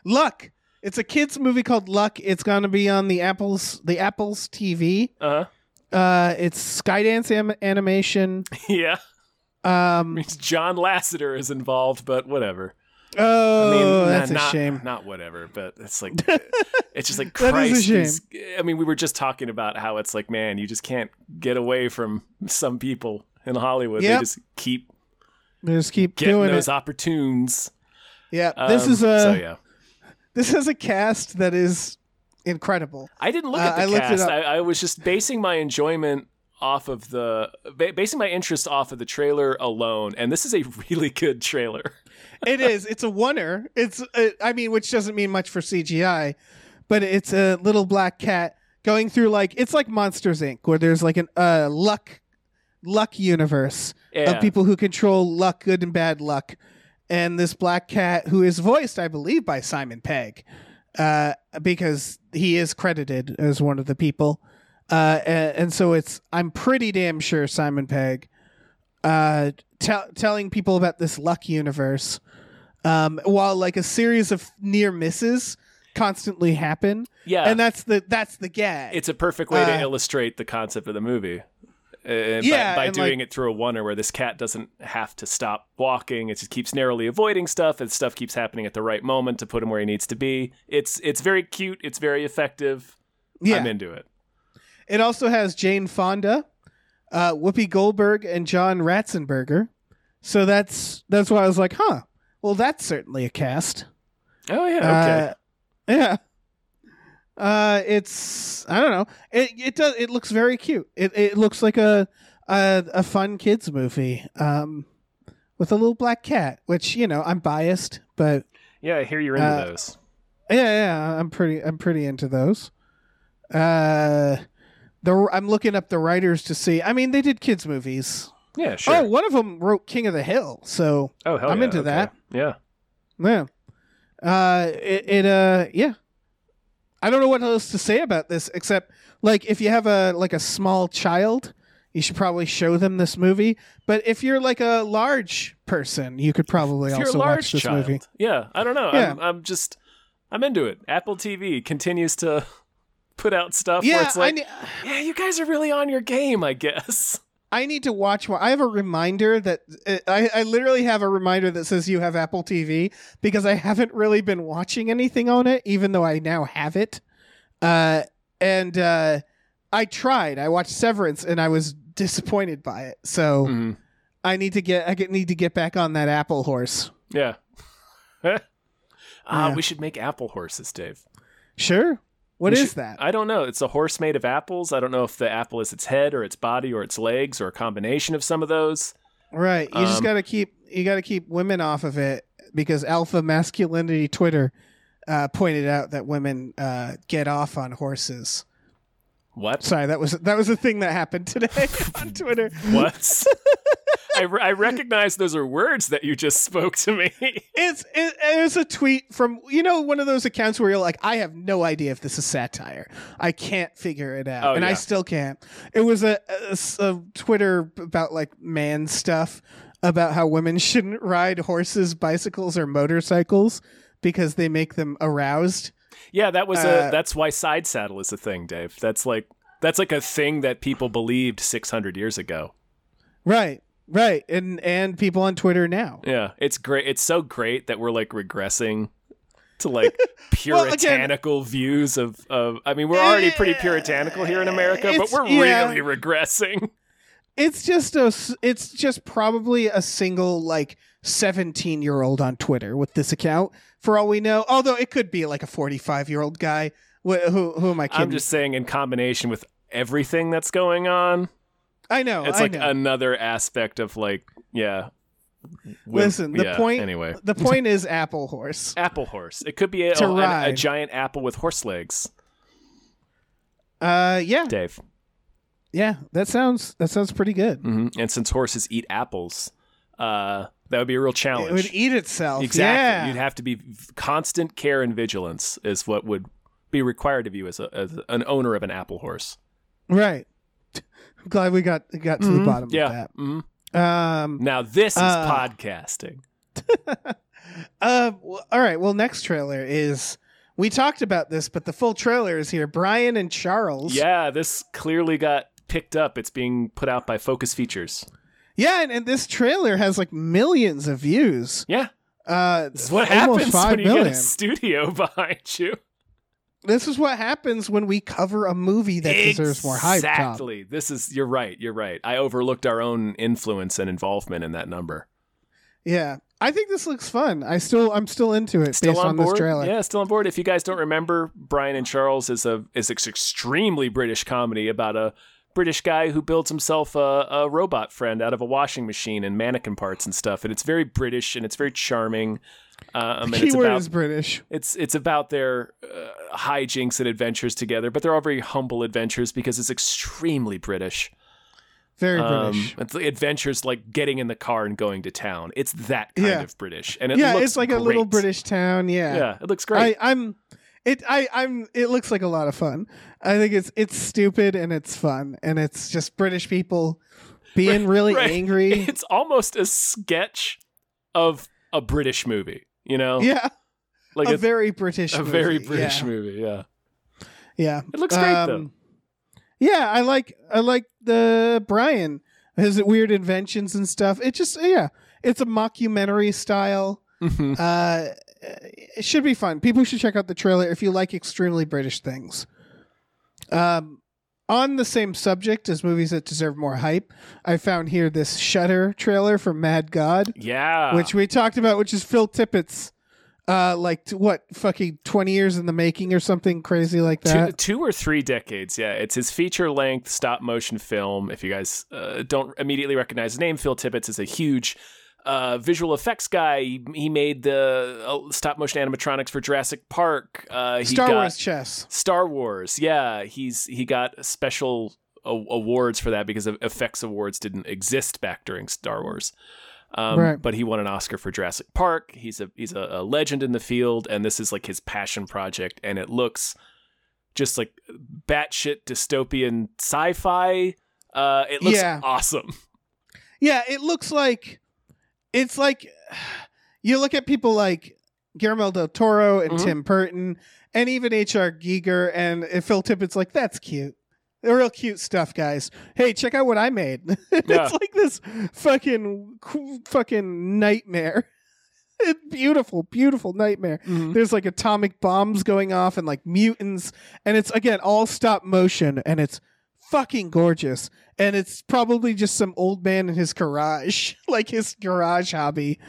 S3: Luck. It's a kids movie called Luck. It's gonna be on the Apple's the Apple's TV.
S1: uh
S3: Uh, it's Skydance am- animation.
S1: yeah I
S3: Um,
S1: mean, john lasseter is involved but whatever
S3: oh,
S1: I mean, nah,
S3: that's a
S1: not,
S3: shame.
S1: Not whatever, but it's
S3: *laughs*
S1: like it's just like
S3: That
S1: Christ.
S3: is a shame.
S1: these- I mean, we were just talking about how it's like, man, you just can't get away from some people in Hollywood.
S3: Yep.
S1: They just keep
S3: They Just keep
S1: getting
S3: doing
S1: those
S3: it.
S1: opportunes.
S3: Yeah, this
S1: Um,
S3: is a
S1: so yeah.
S3: *laughs* this is a cast that is incredible.
S1: I didn't look
S3: uh,
S1: at the
S3: I looked it
S1: cast.
S3: up.
S1: I, I was just basing my enjoyment off of the ba- basing my interest off of the trailer alone, and this is a *laughs* really good trailer. *laughs*
S3: it is. It's a oneer. It's uh, I mean, which doesn't mean much for CGI, but it's a little black cat going through like it's like Monsters Inc. where there's like an uh luck luck universe
S1: Yeah.
S3: of people who control luck, good and bad luck, and this black cat who is voiced, I believe, by Simon Pegg, uh, because he is credited as one of the people, uh, a- and, so it's I'm pretty damn sure Simon Pegg, uh, tell telling people about this luck universe, um, while like a series of near misses constantly happen,
S1: yeah.
S3: and that's the that's the gag.
S1: it's a perfect way to
S3: Uh,
S1: illustrate the concept of the movie. Uh,
S3: Yeah,
S1: by, by
S3: and,
S1: doing
S3: like-
S1: it through a wonder where this cat doesn't have to stop walking, it just keeps narrowly avoiding stuff, and stuff keeps happening at the right moment to put him where he needs to be. It's it's very cute, it's very effective.
S3: yeah.
S1: I'm into it.
S3: It also has Jane Fonda, uh, Whoopi Goldberg, and John Ratzenberger. So that's that's why I was like, huh. Well, that's certainly a cast.
S1: Oh yeah, okay.
S3: Uh, yeah. Uh, it's I don't know. It it does. It looks very cute. It it looks like a a, a fun kids movie. Um, with a little black cat, which you know I'm biased, but
S1: yeah, I hear you're into
S3: uh,
S1: those.
S3: yeah, yeah, I'm pretty I'm pretty into those. Uh the I'm looking up the writers to see. I mean, they did kids movies.
S1: Yeah, sure.
S3: Oh,
S1: Oh,
S3: one of them wrote King of the Hill, so
S1: hell
S3: I'm
S1: yeah,
S3: into
S1: okay.
S3: that.
S1: Yeah,
S3: yeah. Uh it, it uh yeah. I don't know what else to say about this except like if you have a like a small child, you should probably show them this movie, but if you're like a large person, you could probably
S1: if you're a
S3: also
S1: large
S3: watch this
S1: child,
S3: movie.
S1: yeah, I don't know.
S3: Yeah.
S1: I'm, I'm just I'm into it. Apple TV continues to *laughs* put out stuff where
S3: Yeah,
S1: it's like,
S3: I ne-
S1: yeah, you guys are really on your game, I
S3: *laughs*
S1: guess.
S3: I need to watch one. I have a reminder that uh, I, I literally have a reminder that says you have Apple TV because I haven't really been watching anything on it, even though I now have it. Uh, and uh, I tried. I watched Severance and I was disappointed by it. So
S1: Mhm.
S3: I need to get I get, need to get back on that Apple horse.
S1: Yeah. *laughs* Ah,
S3: Yeah.
S1: we should make apple horses, Dave.
S3: Sure. What
S1: We
S3: is
S1: should-
S3: that?
S1: I don't know. It's a horse made of apples. I don't know if the apple is its head or its body or its legs or a combination of some of those.
S3: right. You just
S1: um,
S3: got to keep you got to keep women off of it because alpha masculinity Twitter uh, pointed out that women uh, get off on horses. *laughs*
S1: What?
S3: Sorry, that was that was a thing that happened today *laughs*
S1: *laughs*
S3: on Twitter.
S1: What? *laughs* I, re- I recognize those are words that you just spoke to me. *laughs*
S3: It's it, it's a tweet from you know one of those accounts where you're like, I have no idea if this is satire. I can't figure it out,
S1: Oh,
S3: and I
S1: yeah.
S3: still can't. It was a, a s- a Twitter about like man stuff about how women *laughs* shouldn't ride horses, bicycles, or motorcycles because they make them aroused.
S1: yeah, that was
S3: Uh,
S1: a. That's why side saddle is a thing, Dave. That's like that's like a thing that people believed 600 years ago.
S3: Right, right, and and people on Twitter now.
S1: Yeah, it's great. It's so great that we're like regressing to like
S3: *laughs* Well, again-
S1: puritanical views of, of. I mean, we're already pretty puritanical here in America, but
S3: It's-
S1: we're
S3: yeah.
S1: really
S3: *laughs*
S1: regressing.
S3: It's just a. s- It's just probably a single like seventeen year old on Twitter with this account. For all we know, although it could be like a forty five year old guy. Wh- who who am I kidding?
S1: I'm just saying, in combination with everything that's going on,
S3: I know.
S1: it's
S3: Oh, I
S1: like
S3: know.
S1: another aspect of like, yeah, wimp-
S3: Listen, the
S1: yeah,
S3: point-
S1: Anyway,
S3: The point is Apple Horse.
S1: apple horse. It could be a,
S3: To
S1: a- a,
S3: ride.
S1: giant apple with horse legs.
S3: Uh, yeah,
S1: Dave.
S3: yeah. That sounds that sounds pretty good.
S1: hmm And since horses eat apples, uh, that would be a real challenge.
S3: It would eat itself.
S1: Exactly.
S3: Yeah.
S1: You'd have to be constant care and vigilance is what would be required of you as, a, as an owner of an apple horse.
S3: right. I'm glad we got got to the bottom
S1: Mm-hmm. Yeah.
S3: of
S1: Mhm.
S3: that. Um.
S1: Now this is
S3: Uh,
S1: podcasting.
S3: Uh. w- All right. Well, next trailer is we talked about this, but the full trailer is here. Brian and Charles.
S1: Yeah, this clearly got picked up. It's being put out by Focus Features.
S3: Yeah, and, and this trailer has like millions of views.
S1: Yeah,
S3: Uh,
S1: this is what
S3: almost
S1: happens
S3: five
S1: when you get
S3: million.
S1: a studio *laughs* behind you.
S3: This is what happens when we cover a movie that deserves more hype. Tom.
S1: Exactly. This is. You're right. You're right. I overlooked our own influence and involvement in that number.
S3: Yeah, I think this looks fun. I still, I'm still into it
S1: still
S3: based
S1: on,
S3: on,
S1: board.
S3: this trailer.
S1: Yeah, still on board. If you guys don't remember, Brian and Charles is a is an extremely British comedy about a British guy who builds himself a, a robot friend out of a washing machine and mannequin parts and stuff. And it's very British and it's very charming. Um,
S3: *laughs*
S1: and it's
S3: Keyword
S1: about
S3: is British.
S1: it's it's about their uh, hijinks and adventures together, but they're all very humble adventures because it's extremely British.
S3: Very
S1: Um,
S3: British.
S1: it's like adventures like getting in the car and going to town. It's that kind
S3: Yeah.
S1: of British, and it
S3: Yeah,
S1: looks
S3: it's like a little
S1: great.
S3: British town. Yeah,
S1: Yeah, it looks great.
S3: I, I'm. It I I'm it looks like a lot of fun. I think it's it's stupid and it's fun and it's just British people
S1: *laughs*
S3: being really
S1: right.
S3: angry.
S1: it's almost a sketch of a British movie, you know?
S3: yeah,
S1: like
S3: a,
S1: a,
S3: very British
S1: a
S3: movie.
S1: very British
S3: yeah.
S1: movie. Yeah,
S3: Yeah.
S1: it looks great
S3: Um, Yeah, I like I like the Brian his weird inventions and stuff. It just yeah, it's a mockumentary style.
S1: though. *laughs* Mhm.
S3: Uh, it should be fun. People should check out the trailer if you like extremely British things. Um, on the same subject as movies that deserve more hype, I found here this Shutter trailer for Mad God,
S1: Yeah,
S3: which we talked about, which is Phil Tippett's. Uh, like t- what? Fucking twenty years in the making or something crazy like
S1: two,
S3: that.
S1: two or three decades. Yeah, it's his feature length stop motion film. If you guys uh, don't immediately recognize his name, Phil Tippett is a huge. Uh, visual effects guy. He, he made the uh, stop motion animatronics for Jurassic Park. Uh, he
S3: Star
S1: got,
S3: Wars chess.
S1: Star Wars. Yeah, he's he got special a- awards for that because of effects awards didn't exist back during Star Wars. Um,
S3: Right.
S1: But he won an Oscar for Jurassic Park. He's a he's a, a legend in the field, and this is like his passion project, and it looks just like batshit dystopian sci-fi. Uh, it looks
S3: Yeah.
S1: awesome. *laughs*
S3: Yeah, it looks like it's like *sighs* you look at people like Guillermo del Toro and
S1: Mhm.
S3: Tim Burton and even H.R. Giger and Phil Tippett's like, that's cute. They're real cute stuff, guys. Hey, check out what I made. *laughs*
S1: Yeah.
S3: it's like this fucking fucking nightmare. *laughs* beautiful, beautiful nightmare. There's like atomic bombs going off and like mutants, and it's again all stop motion, and it's fucking gorgeous. And it's probably just some old man in his garage, *laughs* like his garage hobby,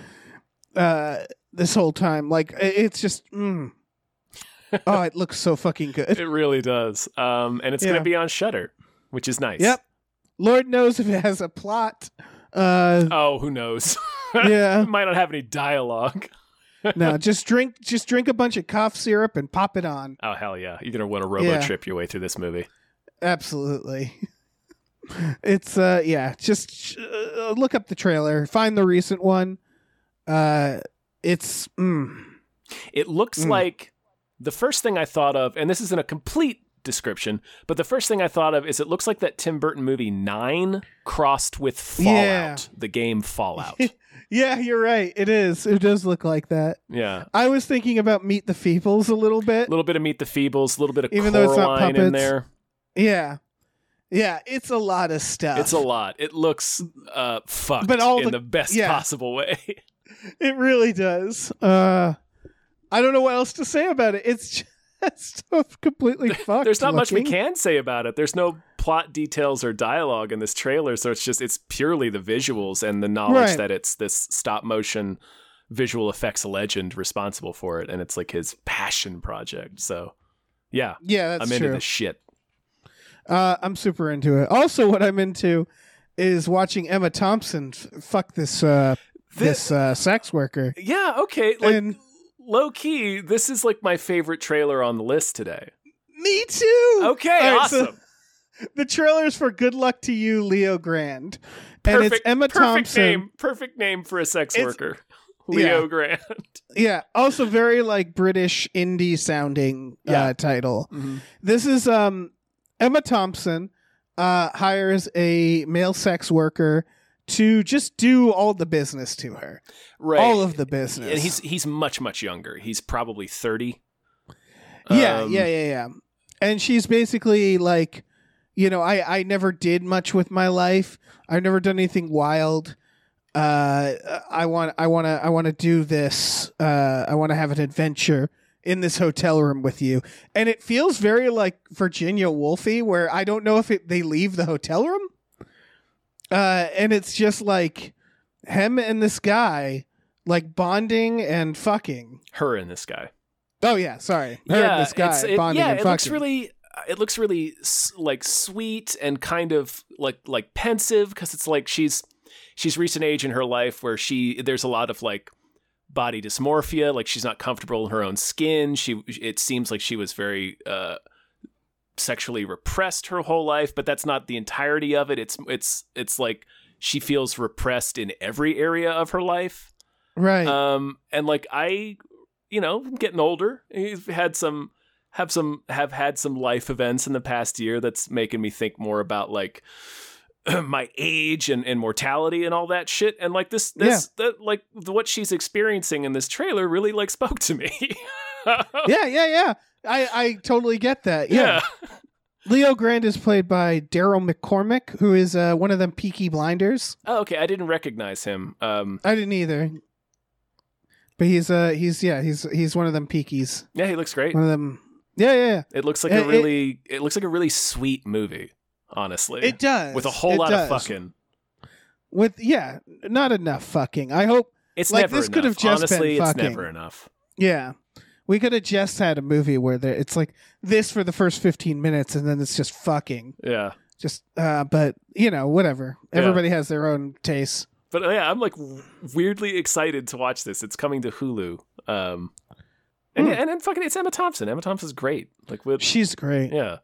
S3: uh, this whole time. Like i- it's just,
S1: *laughs*
S3: mm. oh, it looks so fucking good.
S1: It really does. Um, and it's
S3: Yeah.
S1: gonna be on Shutter, which is nice.
S3: Yep. Lord knows if it has a plot.
S1: *laughs*
S3: Uh,
S1: Oh, who knows?
S3: yeah.
S1: Might not have any dialogue.
S3: No, just drink, just drink a bunch of cough syrup and pop it on.
S1: Oh hell yeah! You're gonna want to robo
S3: Yeah.
S1: trip your way through this movie.
S3: Absolutely. *laughs* It's uh yeah, just uh, look up the trailer, find the recent one. Uh it's mm,
S1: It looks
S3: Mm.
S1: like the first thing I thought of, and this isn't a complete description, but the first thing I thought of is it looks like that Tim Burton movie Nine crossed with Fallout,
S3: Yeah.
S1: the game
S3: *laughs*
S1: Fallout.
S3: Yeah, you're right. It is. It does look like that.
S1: yeah,
S3: I was thinking about Meet the Feebles a little
S1: a
S3: bit.
S1: little bit of Meet the Feebles, a little bit of
S3: Even though it's not
S1: Coraline in
S3: puppets,
S1: there.
S3: Yeah. Yeah, it's a lot of stuff.
S1: It's a lot. It looks uh, fucked
S3: But all
S1: in
S3: the-
S1: the, best
S3: yeah.
S1: possible way. *laughs*
S3: It really does. Uh I don't know what else to say about it. It's *laughs* just
S1: *laughs*
S3: completely fucked.
S1: There's not much we
S3: looking.
S1: can say about it. There's no plot details or dialogue in this trailer, so it's just it's purely the visuals and the knowledge
S3: Right.
S1: that it's this stop motion visual effects legend responsible for it, and it's like his passion project. So yeah,
S3: Yeah, that's
S1: I'm into
S3: true.
S1: this shit.
S3: Uh, I'm super into it. Also, what I'm into is watching Emma Thompson f- fuck this uh, this uh, sex worker.
S1: Yeah, okay. Like
S3: and
S1: low key, this is like my favorite trailer on the list today.
S3: me too.
S1: Okay,
S3: All right, so-
S1: awesome.
S3: *laughs* The trailer's for "Good Luck to You, Leo Grand,"
S1: perfect,
S3: and it's Emma
S1: perfect
S3: Thompson.
S1: Name, perfect name for a sex
S3: It's-
S1: worker. Leo
S3: Yeah.
S1: Grant.
S3: Yeah, also very like British indie sounding
S1: Yeah.
S3: uh, title. This is um Emma Thompson uh hires a male sex worker to just do all the business to her.
S1: Right.
S3: All of the business.
S1: and he's he's much much younger. He's probably thirty.
S3: yeah,
S1: Um,
S3: yeah, yeah, yeah. And she's basically like, you know, I I never did much with my life. I've never done anything wild. Uh, I want I want to I want to do this. Uh, I want to have an adventure in this hotel room with you. And it feels very like Virginia Woolfy, where I don't know if it, they leave the hotel room. Uh, and it's just like him and this guy like bonding and fucking.
S1: Her and this guy.
S3: Oh yeah, sorry. Her
S1: yeah,
S3: and this guy
S1: it's- it,
S3: bonding
S1: yeah,
S3: and
S1: it
S3: fucking.
S1: looks really. uh, It looks really s- like sweet and kind of like like pensive because it's like she's she's reached an age in her life where she there's a lot of like body dysmorphia like she's not comfortable in her own skin she it seems like she was very uh sexually repressed her whole life but that's not the entirety of it it's it's it's like she feels repressed in every area of her life
S3: right.
S1: um and like i you know I'm getting older i've had some have some have had some life events in the past year that's making me think more about like *clears throat* my age and, and mortality and all that shit and like this this that, like what she's experiencing in this trailer really like spoke to me *laughs*
S3: yeah, yeah, yeah. I, I totally get that. Yeah. Leo Grand is played by Daryl McCormick, who is uh, one of them Peaky Blinders.
S1: oh, okay i didn't recognize him um
S3: I didn't either. But he's uh he's yeah, he's he's one of them Peakies.
S1: yeah he looks great
S3: One of them Yeah, yeah, yeah.
S1: it looks like
S3: It-
S1: a
S3: it-
S1: really it, looks like a really sweet movie honestly
S3: It does.
S1: with a whole
S3: It
S1: lot of
S3: does.
S1: fucking
S3: With yeah, not enough fucking. I hope
S1: It's
S3: Like,
S1: never
S3: this
S1: enough.
S3: could have just
S1: Honestly,
S3: been
S1: it's
S3: fucking.
S1: never enough.
S3: yeah. We could have just had a movie where there, it's like this for the first 15 minutes and then it's just fucking.
S1: Yeah.
S3: Just uh but you know, whatever.
S1: Yeah.
S3: Everybody has their own tastes.
S1: But uh, yeah, I'm like w- weirdly excited to watch this. It's coming to Hulu. Um and,
S3: Hmm.
S1: and and fucking it's Emma Thompson. Emma Thompson's great. Like with
S3: She's great.
S1: yeah.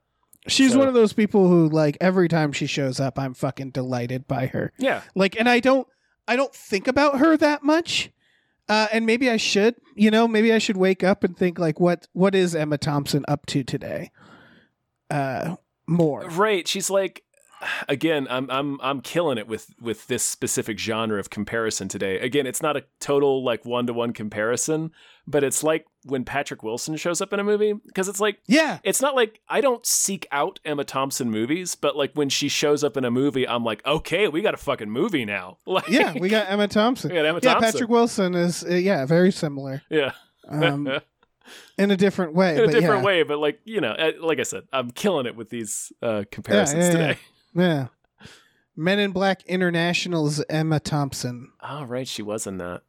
S3: She's
S1: So-
S3: one of those people who like every time she shows up, I'm fucking delighted by her.
S1: Yeah.
S3: Like, and I don't, I don't think about her that much. Uh, and maybe I should, you know, maybe I should wake up and think like, what, what is Emma Thompson up to today? Uh, more.
S1: Right. She's like again, I'm I'm I'm killing it with with this specific genre of comparison today. Again, it's not a total like one-to-one comparison, but it's like when Patrick Wilson shows up in a movie because it's like
S3: Yeah.
S1: it's not like I don't seek out Emma Thompson movies, but like when she shows up in a movie, I'm like, okay, we got a fucking movie now. *laughs* Like,
S3: Yeah. We got
S1: *laughs*
S3: Emma Thompson.
S1: we got Emma
S3: yeah.
S1: Thompson.
S3: Patrick Wilson is, uh, yeah,
S1: *laughs*
S3: very similar,
S1: yeah, *laughs*
S3: um, in a different way.
S1: in a
S3: but
S1: different
S3: yeah.
S1: way, but like you know, uh, like I said, I'm killing it with these uh, comparisons
S3: yeah,
S1: today.
S3: Yeah. Men in Black International's Emma Thompson.
S1: Oh, right, she was in that.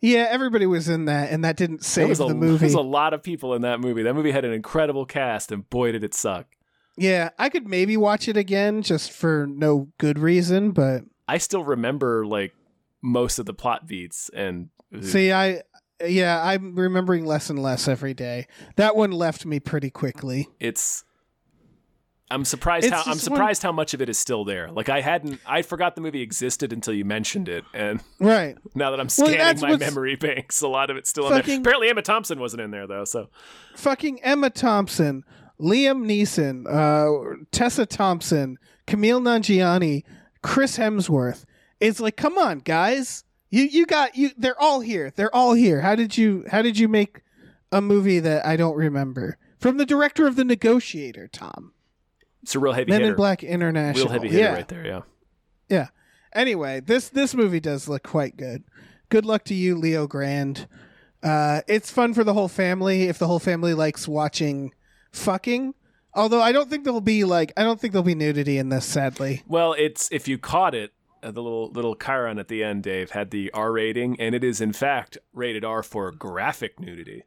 S3: Yeah, everybody was in that, and that didn't
S1: There
S3: save
S1: was, a, *laughs*
S3: the
S1: there
S3: movie.
S1: was a lot of people in that movie. That movie had an incredible cast, and boy, did it suck.
S3: yeah, I could maybe watch it again just for no good reason, but
S1: I still remember like most of the plot beats, and
S3: see, I yeah, I'm remembering less and less every day. That one left me pretty quickly.
S1: it's I'm surprised
S3: It's
S1: how I'm
S3: just one-
S1: surprised how much of it is still there. Like I hadn't I forgot the movie existed until you mentioned it and *laughs*
S3: Right.
S1: now that I'm
S3: Well,
S1: scanning
S3: that's
S1: my
S3: what's-
S1: memory banks, a lot of it's still in there.
S3: Fucking-
S1: Apparently Emma Thompson wasn't in there though, so
S3: Fucking Emma Thompson, Liam Neeson, uh, Tessa Thompson, Camille Nangiani, Chris Hemsworth. It's like, come on, guys. You you got you they're all here. They're all here. How did you how did you make a movie that I don't remember? From the director of The Negotiator, Tom.
S1: it's a real heavy
S3: Men
S1: hitter.
S3: in Black
S1: real
S3: International.
S1: heavy hitter
S3: yeah.
S1: right there, yeah.
S3: Anyway, this this movie does look quite good. Good luck to you, Leo Grand. Uh, it's fun for the whole family if the whole family likes watching fucking. Although I don't think there'll be like I don't think there'll be nudity in this. Sadly,
S1: Well, it's if you caught it, uh, the little little Chiron at the end, Dave, had the R rating, and it is in fact rated R for graphic nudity.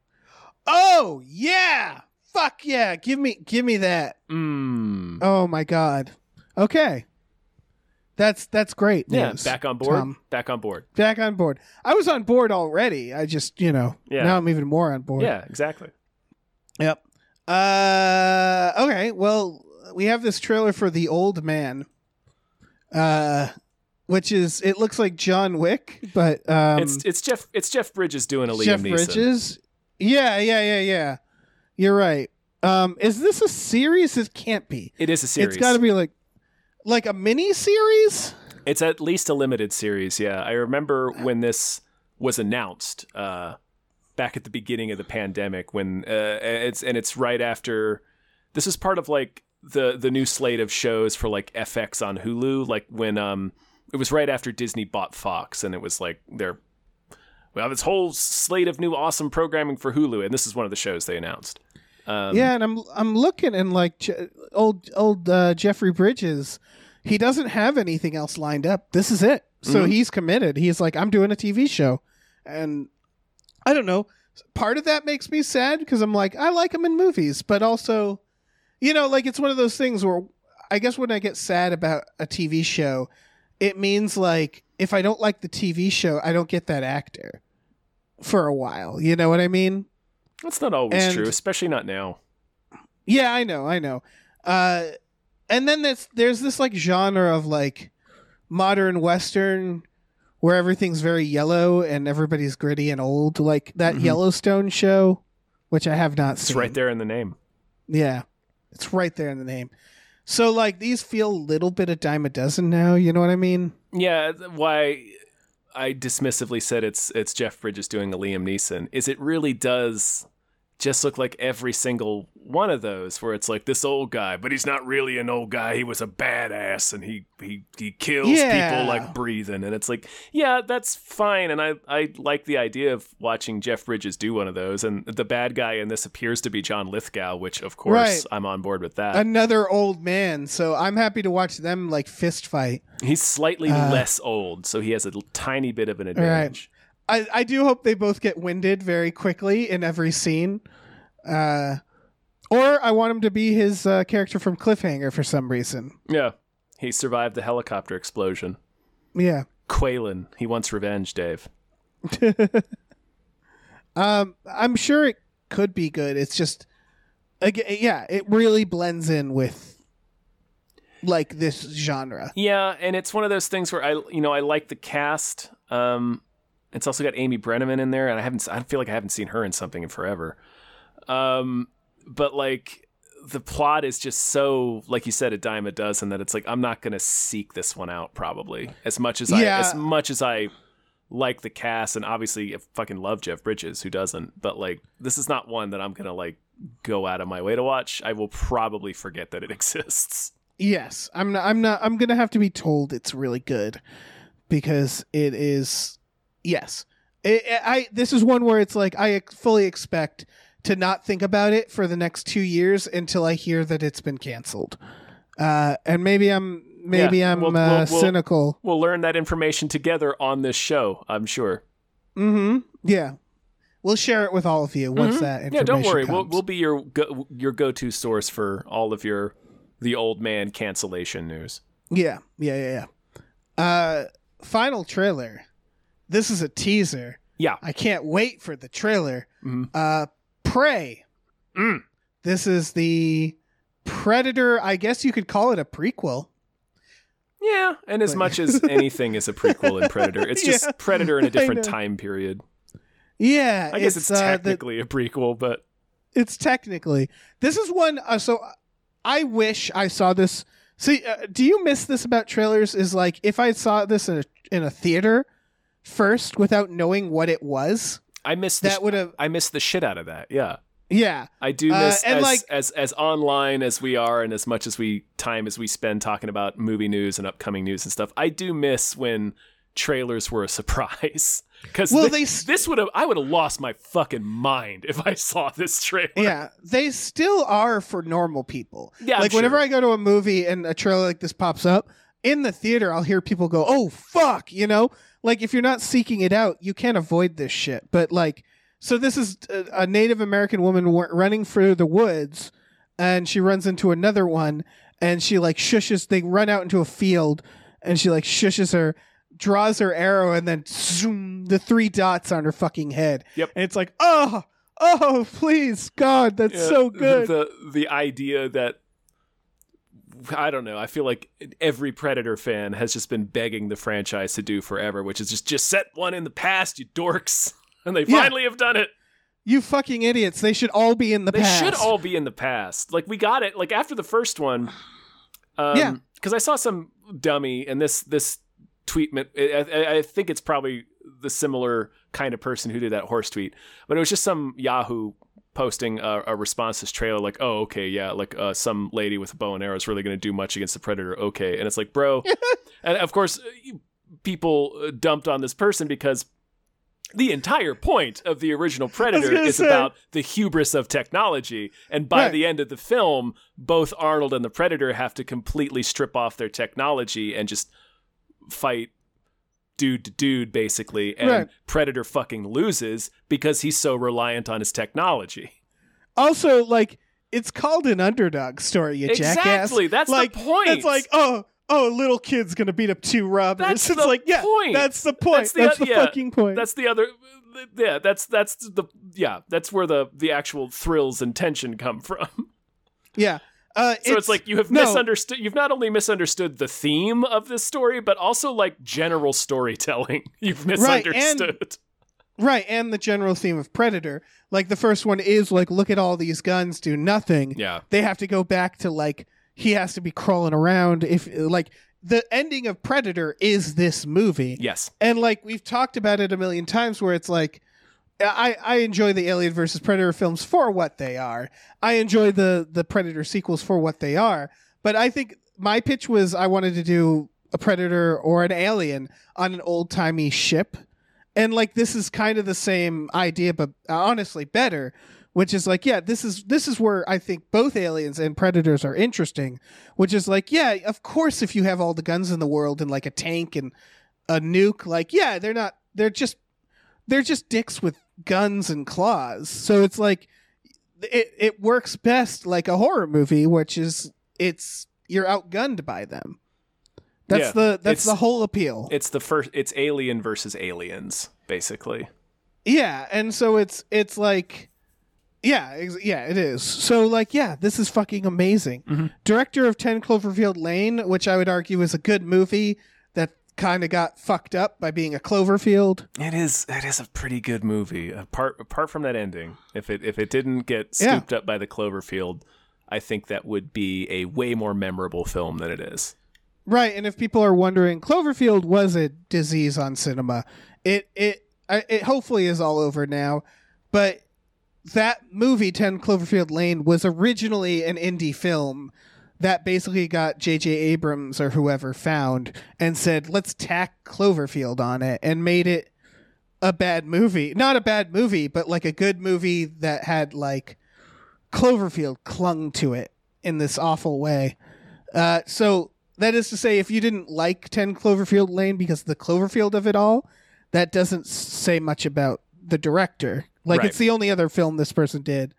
S3: oh yeah, fuck yeah, give me give me that.
S1: Mmm.
S3: Oh my god. Okay, That's that's great.
S1: Yeah,
S3: news,
S1: back on board.
S3: Tom.
S1: Back on board.
S3: Back on board. I was on board already. I just, you know,
S1: Yeah.
S3: now I'm even more on board.
S1: Yeah, exactly.
S3: Yep. Uh okay, well, we have this trailer for The Old Man. Uh which is it looks like John Wick, but um
S1: it's it's Jeff it's Jeff Bridges doing a Liam
S3: Jeff
S1: Neeson.
S3: Bridges. Yeah, yeah, yeah, yeah. You're right. Um is this a series? It can't be.
S1: It is a series.
S3: It's got to be like like a mini series?
S1: It's at least a limited series. Yeah, I remember when this was announced uh, back at the beginning of the pandemic. When uh, it's and it's right after this is part of like the the new slate of shows for like FX on Hulu. Like when um it was right after Disney bought Fox, and it was like their we have this whole slate of new awesome programming for Hulu, and this is one of the shows they announced. Um,
S3: yeah, and I'm I'm looking and like Je- old old uh, Jeffrey Bridges, he doesn't have anything else lined up. This is it. So
S1: Mhm.
S3: he's committed. He's like, I'm doing a TV show, and I don't know. Part of that makes me sad because I'm like, I like him in movies, but also, you know, like it's one of those things where I guess when I get sad about a TV show, it means like if I don't like the TV show, I don't get that actor for a while. You know what I mean?
S1: that's not always
S3: And-
S1: true, especially not now.
S3: Yeah, I know, I know. Uh, and then this, there's this like genre of like modern western where everything's very yellow and everybody's gritty and old, like that
S1: Mhm.
S3: Yellowstone show, which I have not
S1: It's
S3: seen.
S1: right there in the name.
S3: Yeah, it's right there in the name. So like these feel a little bit a dime a dozen now. You know what I mean?
S1: Yeah, th- why I dismissively said it's it's Jeff Bridges doing a Liam Neeson is it really does just look like every single one of those where it's like this old guy, but he's not really an old guy. He was a badass and he he he kills
S3: Yeah.
S1: people like breathing and it's like, yeah, that's fine and I I like the idea of watching Jeff Bridges do one of those and the bad guy in this appears to be John Lithgow, which of course
S3: Right.
S1: I'm on board with that.
S3: Another old man. So I'm happy to watch them like fist fight.
S1: he's slightly
S3: Uh,
S1: less old, so he has a l- tiny bit of an advantage.
S3: I, I do hope they both get winded very quickly in every scene. Uh, or I want him to be his uh, character from Cliffhanger for some reason.
S1: Yeah. He survived the helicopter explosion.
S3: Yeah.
S1: Quaylen, he wants revenge, Dave.
S3: Um, I'm sure it could be good. It's just, like, yeah, it really blends in with like this genre.
S1: *laughs* Yeah, and it's one of those things where I, you know, I like the cast. Um, it's also got Amy Brenneman in there, and I haven't, I feel like I haven't seen her in something in forever. Um, but like the plot is just so, like you said, a dime a dozen that it's like I'm not gonna seek this one out probably as much as
S3: Yeah.
S1: I, as much as I like the cast, and obviously I fucking love Jeff Bridges, who doesn't? But like this is not one that I'm gonna like go out of my way to watch. I will probably forget that it *laughs* exists.
S3: Yes, I'm not, I'm not I'm going to have to be told it's really good because it is yes. It, it- I this is one where it's like I ex- fully expect to not think about it for the next 2 years until I hear that it's been canceled. Uh and maybe I'm maybe
S1: Yeah,
S3: I'm
S1: we'll-
S3: uh,
S1: we'll- we'll-
S3: cynical.
S1: We'll learn that information together on this show, I'm sure.
S3: Mhm. Yeah. We'll share it with all of you once
S1: Mhm.
S3: that information
S1: Yeah, don't worry. We'll,
S3: comes.
S1: we'll be your go, your go to source for all of your the old man cancellation news.
S3: Yeah, yeah, yeah, yeah. Uh, final trailer. This is a teaser.
S1: Yeah.
S3: I can't wait for the trailer.
S1: Mhm.
S3: Uh, Prey.
S1: Mm.
S3: This is the Predator. I guess you could call it a prequel.
S1: Yeah, and as
S3: But-
S1: much
S3: *laughs*
S1: as anything is a prequel in Predator, it's just
S3: Yeah,
S1: Predator in
S3: I
S1: a different
S3: know.
S1: time period.
S3: Yeah,
S1: I guess it's,
S3: uh, the-
S1: technically a prequel, but
S3: it's technically. This is one. Uh, so uh, I wish I saw this. See, uh, do you miss this about trailers? Is like if I saw this in a in a theater first without knowing what it was,
S1: I miss the
S3: that
S1: sh-
S3: would have.
S1: I miss the shit out of that. Yeah,
S3: Yeah,
S1: I do
S3: Uh,
S1: miss
S3: and
S1: as,
S3: like-
S1: as as online as we are, and as much as we time as we spend talking about movie news and upcoming news and stuff. I do miss when trailers were a *laughs* surprise because
S3: Well, they s-
S1: this would have I would have lost my fucking mind if I saw this trailer. *laughs*
S3: yeah, they still are for normal people.
S1: Yeah, I'm
S3: like whenever
S1: sure.
S3: I go to a movie and a trailer like this pops up in the theater, I'll hear people go, "Oh fuck," you know. Like if you're not seeking it out, you can't avoid this shit. But like, so this is uh, a, a Native American woman w- running through the woods, and she runs into another one, and she like shushes. They run out into a field, and she like shushes her, draws her arrow, and then zoom the three dots on her fucking head.
S1: Yep.
S3: And it's like, oh, oh, please, God, that's
S1: Yeah,
S3: so
S1: *laughs*
S3: good.
S1: The the idea that I don't know. I feel like every Predator fan has just been begging the franchise to do forever, which is just just set one in the past, you dorks, *laughs* and they
S3: Yeah.
S1: finally have done it.
S3: you fucking idiots! They should all be in the
S1: They
S3: past.
S1: should all be in the past. Like we got it. Like after the first one, um,
S3: Yeah.
S1: Because I saw some dummy, and this this tweet. meant- I, I- I think it's probably the similar kind of person who did that horse tweet, but it was just some Yahoo posting a, a response to this trailer like oh okay yeah like uh, some lady with a bow and arrow is really going to do much against the predator okay and it's like
S3: *laughs*
S1: bro and of course uh, you- people uh, dumped on this person because the entire point of the original predator
S3: gonna
S1: is
S3: say.
S1: about the hubris of technology and by
S3: Right.
S1: the end of the film both arnold and the predator have to completely strip off their technology and just fight dude to dude basically and
S3: Right.
S1: predator fucking loses because he's so reliant on his technology
S3: Also, like, it's called an underdog story, you jackass.
S1: Exactly. That's the
S3: like,
S1: point.
S3: It's like, oh, oh, a little kid's gonna beat up two robbers.
S1: That's
S3: *laughs* it's
S1: the
S3: like, yeah,
S1: point.
S3: that's the point. That's
S1: That's
S3: the,
S1: the- yeah,
S3: fucking point.
S1: that's the other yeah that's that's the yeah that's where the the actual thrills and tension come from *laughs*
S3: yeah. Uh,
S1: so it's, like you have
S3: no.
S1: misunderstood you've not only misunderstood the theme of this story but also like general storytelling *laughs* you've
S3: Right, and-
S1: misunderstood
S3: right, and the general theme of Predator. Like the first one is like, look at all these guns do nothing.
S1: yeah
S3: They have to go back to like he has to be crawling around. If like the ending of Predator is this movie.
S1: yes
S3: and like we've talked about it a million times where it's like I, I enjoy the Alien versus Predator films for what they are. I enjoy the the Predator sequels for what they are. But I think my pitch was I wanted to do a Predator or an Alien on an old timey ship, and like this is kind of the same idea, but uh, honestly better. Which is like, yeah, this is this is where I think both aliens and predators are interesting. Which is like, yeah, of course, if you have all the guns in the world and like a tank and a nuke like yeah they're not they're just they're just dicks with guns and claws so it's like it, it works best like a horror movie which is it's you're outgunned by them that's
S1: Yeah,
S3: the that's
S1: it's-
S3: the whole appeal
S1: it's the first it's alien versus aliens basically
S3: yeah and so it's it's like yeah ex- yeah it is so like yeah this is fucking amazing
S1: Mhm.
S3: director of 10 cloverfield lane which i would argue is a good movie that kind of got fucked up by being a cloverfield
S1: it is it is a pretty good movie apart apart from that ending if it if it didn't get
S3: Yeah.
S1: scooped up by the cloverfield i think that would be a way more memorable film than it is
S3: Right, and if people are wondering, Cloverfield was a disease on cinema. It it I- it hopefully is all over now, but that movie Ten Cloverfield Lane was originally an indie film that basically got J.J. Abrams or whoever found and said, "Let's tack Cloverfield on it," and made it a bad movie. Not a bad movie, but like a good movie that had like Cloverfield clung to it in this awful way. Uh, so that is to say, if you didn't like Ten Cloverfield Lane because of the Cloverfield of it all, that doesn't s- say much about the director. Like
S1: Right.
S3: it's the only other film this person did.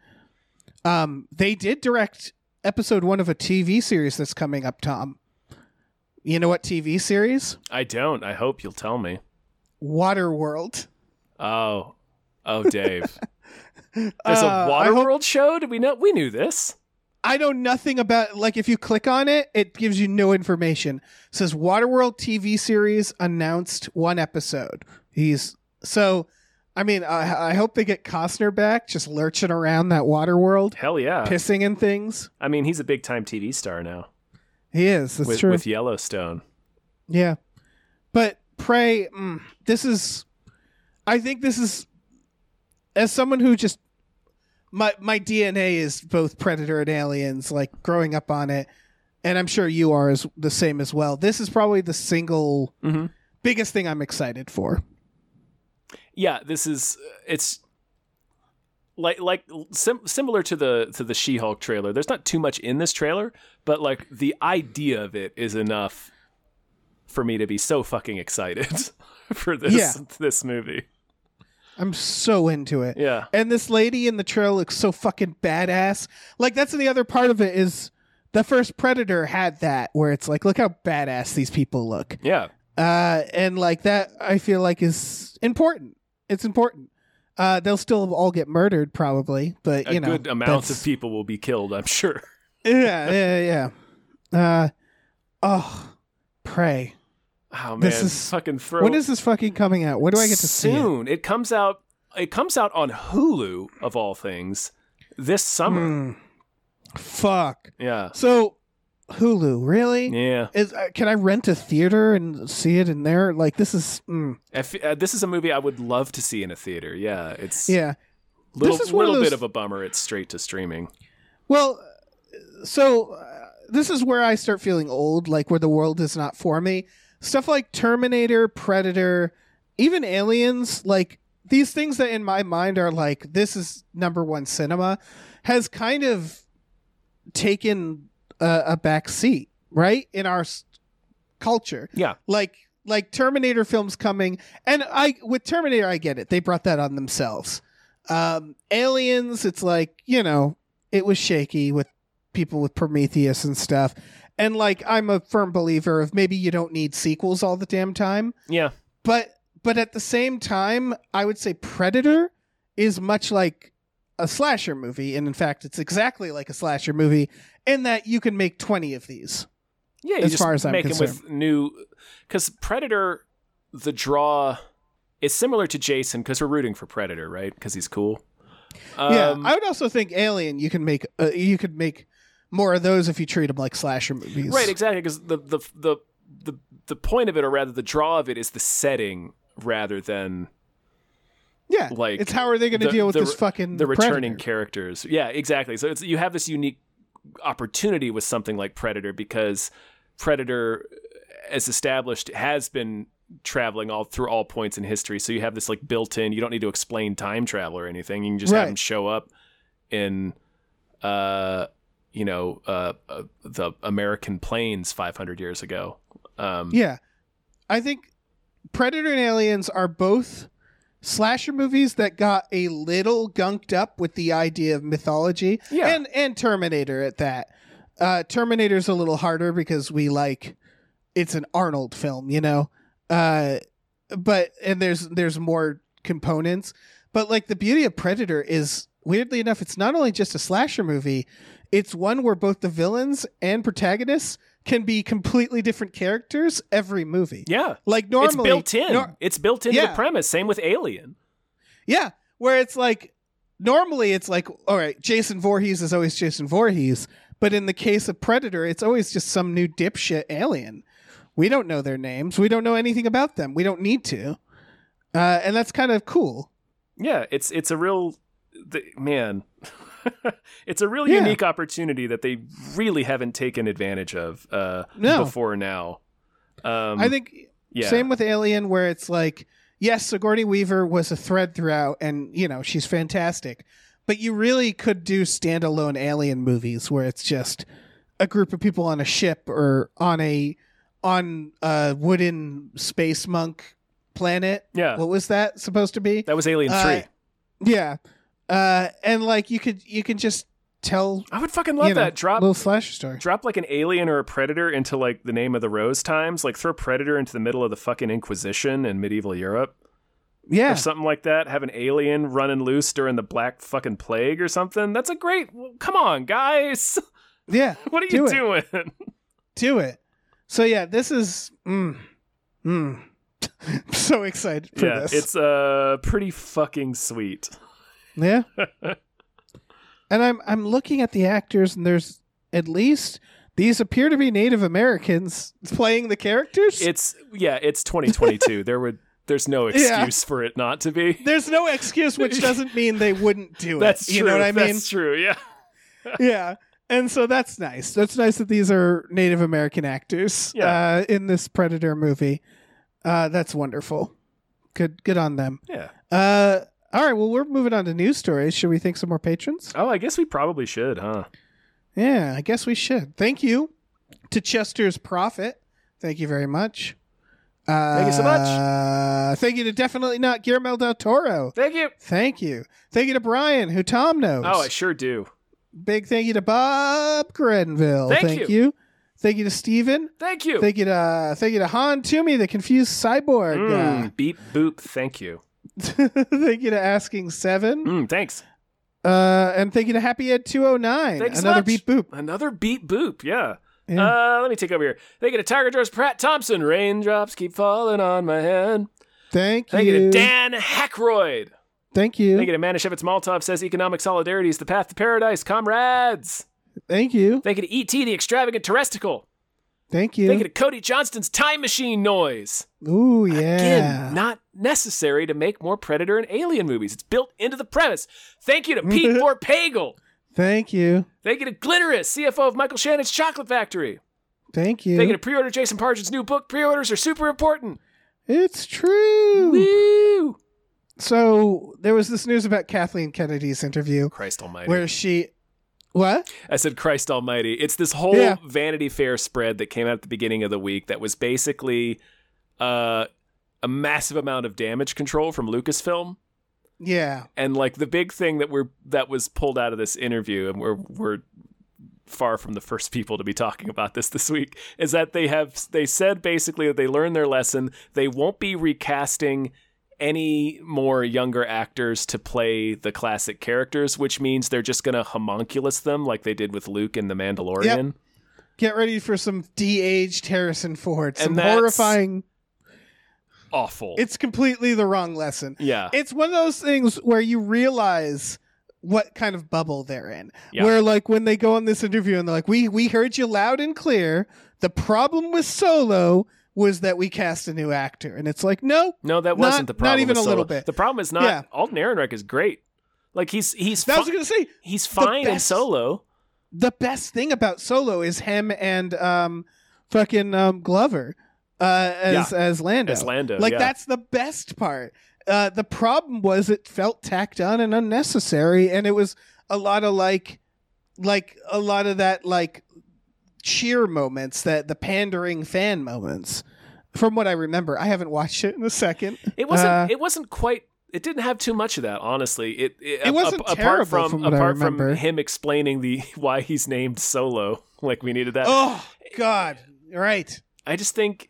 S3: Um, they did direct episode one of a TV series that's coming up, Tom. You know what TV series?
S1: i don't i hope you'll tell me
S3: Waterworld.
S1: oh oh
S3: *laughs*
S1: dave there's
S3: Uh,
S1: a
S3: I
S1: waterworld
S3: hope-
S1: show did we know we knew this
S3: I know nothing about like if you click on it, it gives you no information. It says Waterworld TV series announced one episode. He's so I mean, I, I hope they get Costner back just lurching around that Waterworld,
S1: hell yeah
S3: pissing and things.
S1: i mean he's a big time tv star now
S3: He is. That's
S1: with,
S3: true.
S1: with yellowstone
S3: Yeah. But Prey, mm, this is. I think this is. As someone who just. My, my DNA is both Predator and Aliens, like growing up on it. And I'm sure you are as, the same as well. This is probably the single
S1: Mhm.
S3: biggest thing I'm excited for.
S1: yeah this is uh, it's like like sim- similar to the to the she-hulk trailer there's not too much in this trailer but like the idea of it is enough for me to be so fucking excited *laughs* for this
S3: Yeah.
S1: this movie
S3: I'm so into it.
S1: yeah
S3: And this lady in the trailer looks so fucking badass. Like that's the other part of it is the first Predator had that, where it's like, look how badass these people look,
S1: Yeah.
S3: uh, and like that, I feel like is important. It's important. Uh, they'll still all get murdered probably, but
S1: A
S3: you know,
S1: good amount
S3: that's-
S1: of people will be killed, I'm sure.
S3: *laughs*
S1: *laughs*
S3: yeah, yeah, yeah. Uh, oh, pray.
S1: Oh man,
S3: This is-
S1: fucking throw.
S3: When is this fucking coming out? When do I get to see it?
S1: soon? It? comes out. It comes out on Hulu of all things this summer.
S3: Hmm. Fuck.
S1: Yeah,
S3: So, Hulu, really?
S1: yeah.
S3: Is uh, can I rent a theater and see it in there? Like this is, mm,
S1: If, uh, this is a movie I would love to see in a theater. Yeah, it's
S3: yeah.
S1: little,
S3: is one of
S1: little
S3: those-
S1: bit of a bummer. It's straight to streaming.
S3: Well, so uh, this is where I start feeling old, like where the world is not for me. Stuff like Terminator, Predator, even Aliens, like these things that in my mind are like this is number one cinema, has kind of taken a, a back seat, right, in our s- culture.
S1: Yeah.
S3: like like Terminator films coming, and I with Terminator I get it. They brought that on themselves. Um, Aliens, it's like you know it was shaky with people with Prometheus and stuff. And like I'm a firm believer of maybe you don't need sequels all the damn time,
S1: Yeah,
S3: but but at the same time, I would say Predator is much like a slasher movie and in fact it's exactly like a slasher movie in that you can make 20 of these.
S1: yeah. You
S3: As
S1: just
S3: far as I'm
S1: make 'em with new, because Predator, the draw is similar to Jason because we're rooting for Predator, right? Because he's cool.
S3: yeah,
S1: Um,
S3: I would also think Alien you can make uh, you could make more of those if you treat them like slasher movies.
S1: Right, exactly. Because the, the the the the point of it, or rather the draw of it, is the setting rather than
S3: Yeah.
S1: like,
S3: it's how are they going to
S1: the-
S3: deal with
S1: the-
S3: this fucking
S1: the returning
S3: Predator?
S1: characters. Yeah, exactly. So it's you have this unique opportunity with something like Predator because Predator, uh, as established, has been traveling all through all points in history. So you have this like built in. You don't need to explain time travel or anything. You can just have
S3: Right.
S1: them show up in, uh, you know, uh, uh, the American plains 500 years ago. Um,
S3: Yeah. I think Predator and Aliens are both slasher movies that got a little gunked up with the idea of mythology.
S1: Yeah.
S3: And and Terminator at that. Uh Terminator's a little harder because we like it's an Arnold film, you know. Uh but and there's there's more components. But like the beauty of Predator is weirdly enough, it's not only just a slasher movie, it's one where both the villains and protagonists can be completely different characters every movie.
S1: yeah.
S3: Like normally
S1: it's built in.
S3: nor-
S1: it's built into
S3: Yeah.
S1: the premise. Same with Alien.
S3: yeah, where it's like normally it's like all right, Jason Voorhees is always Jason Voorhees, but in the case of Predator, it's always just some new dipshit alien. We don't know their names. We don't know anything about them. We don't need to, uh, and that's kind of cool.
S1: yeah it's it's a real the, man *laughs* it's a real
S3: Yeah.
S1: unique opportunity that they really haven't taken advantage of uh
S3: No.
S1: before now um
S3: I think
S1: yeah
S3: Same with Alien, where it's like, yes, Sigourney Weaver was a thread throughout, and you know she's fantastic, but you really could do standalone Alien movies where it's just a group of people on a ship or on a on a wooden space monk planet.
S1: yeah
S3: What was that supposed to be?
S1: that was alien
S3: Uh,
S1: 3
S3: Yeah, uh, and like you could you can just tell
S1: i would fucking love
S3: you know,
S1: that drop
S3: little slasher story.
S1: drop like an alien or a predator into like the name of the rose times like throw predator into the middle of the fucking inquisition in medieval europe
S3: yeah,
S1: or something like that have an alien running loose during the black fucking plague or something that's a great come on guys *laughs*
S3: yeah.
S1: what are
S3: Do
S1: you
S3: it.
S1: doing
S3: do it. So yeah, this is mm, mm. *laughs* I'm so excited for
S1: yeah,
S3: this.
S1: it's uh pretty fucking sweet.
S3: *laughs* yeah. and I'm I'm looking at the actors and there's at least these appear to be Native Americans playing the characters.
S1: It's yeah, it's
S3: *laughs*
S1: 2022. there would there's no excuse
S3: Yeah.
S1: for it not to be.
S3: there's no
S1: *laughs*
S3: excuse, which doesn't mean they wouldn't do it.
S1: That's true.
S3: you know what I mean?
S1: That's true. Yeah.
S3: yeah. And so that's nice. That's nice that these are Native American actors
S1: Yeah.
S3: uh, in this Predator movie. Uh, that's wonderful. Good, good on them.
S1: Yeah.
S3: Uh, all right. Well, we're moving on to news stories. Should we thank some more patrons?
S1: Oh, I guess we probably should, huh?
S3: Yeah, I guess we should. Thank you to Chester's Prophet. Thank you very much. Uh,
S1: you so much.
S3: Thank you to definitely not Guillermo del Toro.
S1: Thank you.
S3: Thank you. Thank you to Brian, who Tom knows.
S1: Oh, I sure do.
S3: Big thank you to Bob Grenville.
S1: Thank you.
S3: you. Thank you to Steven.
S1: Thank you.
S3: Thank you to uh, thank you to Han Toomey, the confused cyborg.
S1: Mm, Beep boop. Thank you.
S3: Uh, *laughs* thank you to Asking Seven,
S1: Mm, thanks.
S3: uh, and thank you to Happy Ed Two Hundred Nine.
S1: Thanks
S3: Another
S1: much.
S3: beep boop.
S1: Another beep boop. Yeah.
S3: Yeah.
S1: Uh, let me take over here. Thank you to Tiger George Pratt Thompson. Raindrops keep falling on my head.
S3: thank,
S1: Thank
S3: you.
S1: you to Dan Hackroyd.
S3: Thank you.
S1: Thank you to Manischewitz Molotov says economic solidarity is the path to paradise, comrades.
S3: Thank you.
S1: Thank you to E.T. the extravagant terresticle.
S3: Thank you.
S1: Thank you to Cody Johnston's time machine noise.
S3: Ooh yeah.
S1: Again, not necessary to make more Predator and Alien movies. It's built into the premise. Thank you to Pete
S3: *laughs*
S1: Vorpagel.
S3: thank you.
S1: Thank you to Glitterous, CFO of Michael Shannon's Chocolate Factory.
S3: Thank you.
S1: Thank you to pre-order Jason Pargin's new book. Pre-orders are super important.
S3: it's true.
S1: Woo!
S3: so there was this news about Kathleen Kennedy's interview
S1: Christ Almighty.
S3: where she what?
S1: I said Christ Almighty. It's this whole
S3: Yeah.
S1: Vanity Fair spread that came out at the beginning of the week that was basically uh, a massive amount of damage control from Lucasfilm.
S3: Yeah.
S1: And like the big thing that we're that was pulled out of this interview, and we're we're far from the first people to be talking about this this week, is that they have they said basically that they learned their lesson. They won't be recasting any more younger actors to play the classic characters, which means they're just gonna homunculus them like they did with Luke in The Mandalorian.
S3: Get ready for some de-aged Harrison Ford.
S1: And
S3: Some
S1: that's-
S3: horrifying.
S1: Awful.
S3: It's completely the wrong lesson.
S1: yeah.
S3: It's one of those things where you realize what kind of bubble they're in.
S1: Yeah.
S3: Where like when they go on this interview and they're like, "We we heard you loud and clear. The problem with Solo was that we cast a new actor." And it's like, "No,
S1: no, that
S3: not-
S1: wasn't the
S3: not
S1: problem.
S3: even
S1: with
S3: a
S1: Solo.
S3: little bit.
S1: The problem is not
S3: Yeah.
S1: Alden Ehrenreich is great. Like he's he's
S3: that was
S1: fi-
S3: going to say
S1: he's fine in
S3: best-
S1: Solo.
S3: the best thing about Solo is him and um fucking um Glover uh as as Lando.
S1: As Lando,
S3: Like
S1: yeah.
S3: that's the best part. Uh the problem was it felt tacked on and unnecessary and it was a lot of like like a lot of that like cheer moments that the pandering fan moments from what I remember. I haven't watched it in a second.
S1: It wasn't.
S3: Uh,
S1: it wasn't quite. It didn't have too much of that, honestly. It it,
S3: It wasn't terrible
S1: apart from,
S3: from what I
S1: apart from
S3: remember.
S1: him explaining the *laughs* why he's named Solo. *laughs* Like we needed that.
S3: oh god. Right.
S1: I just think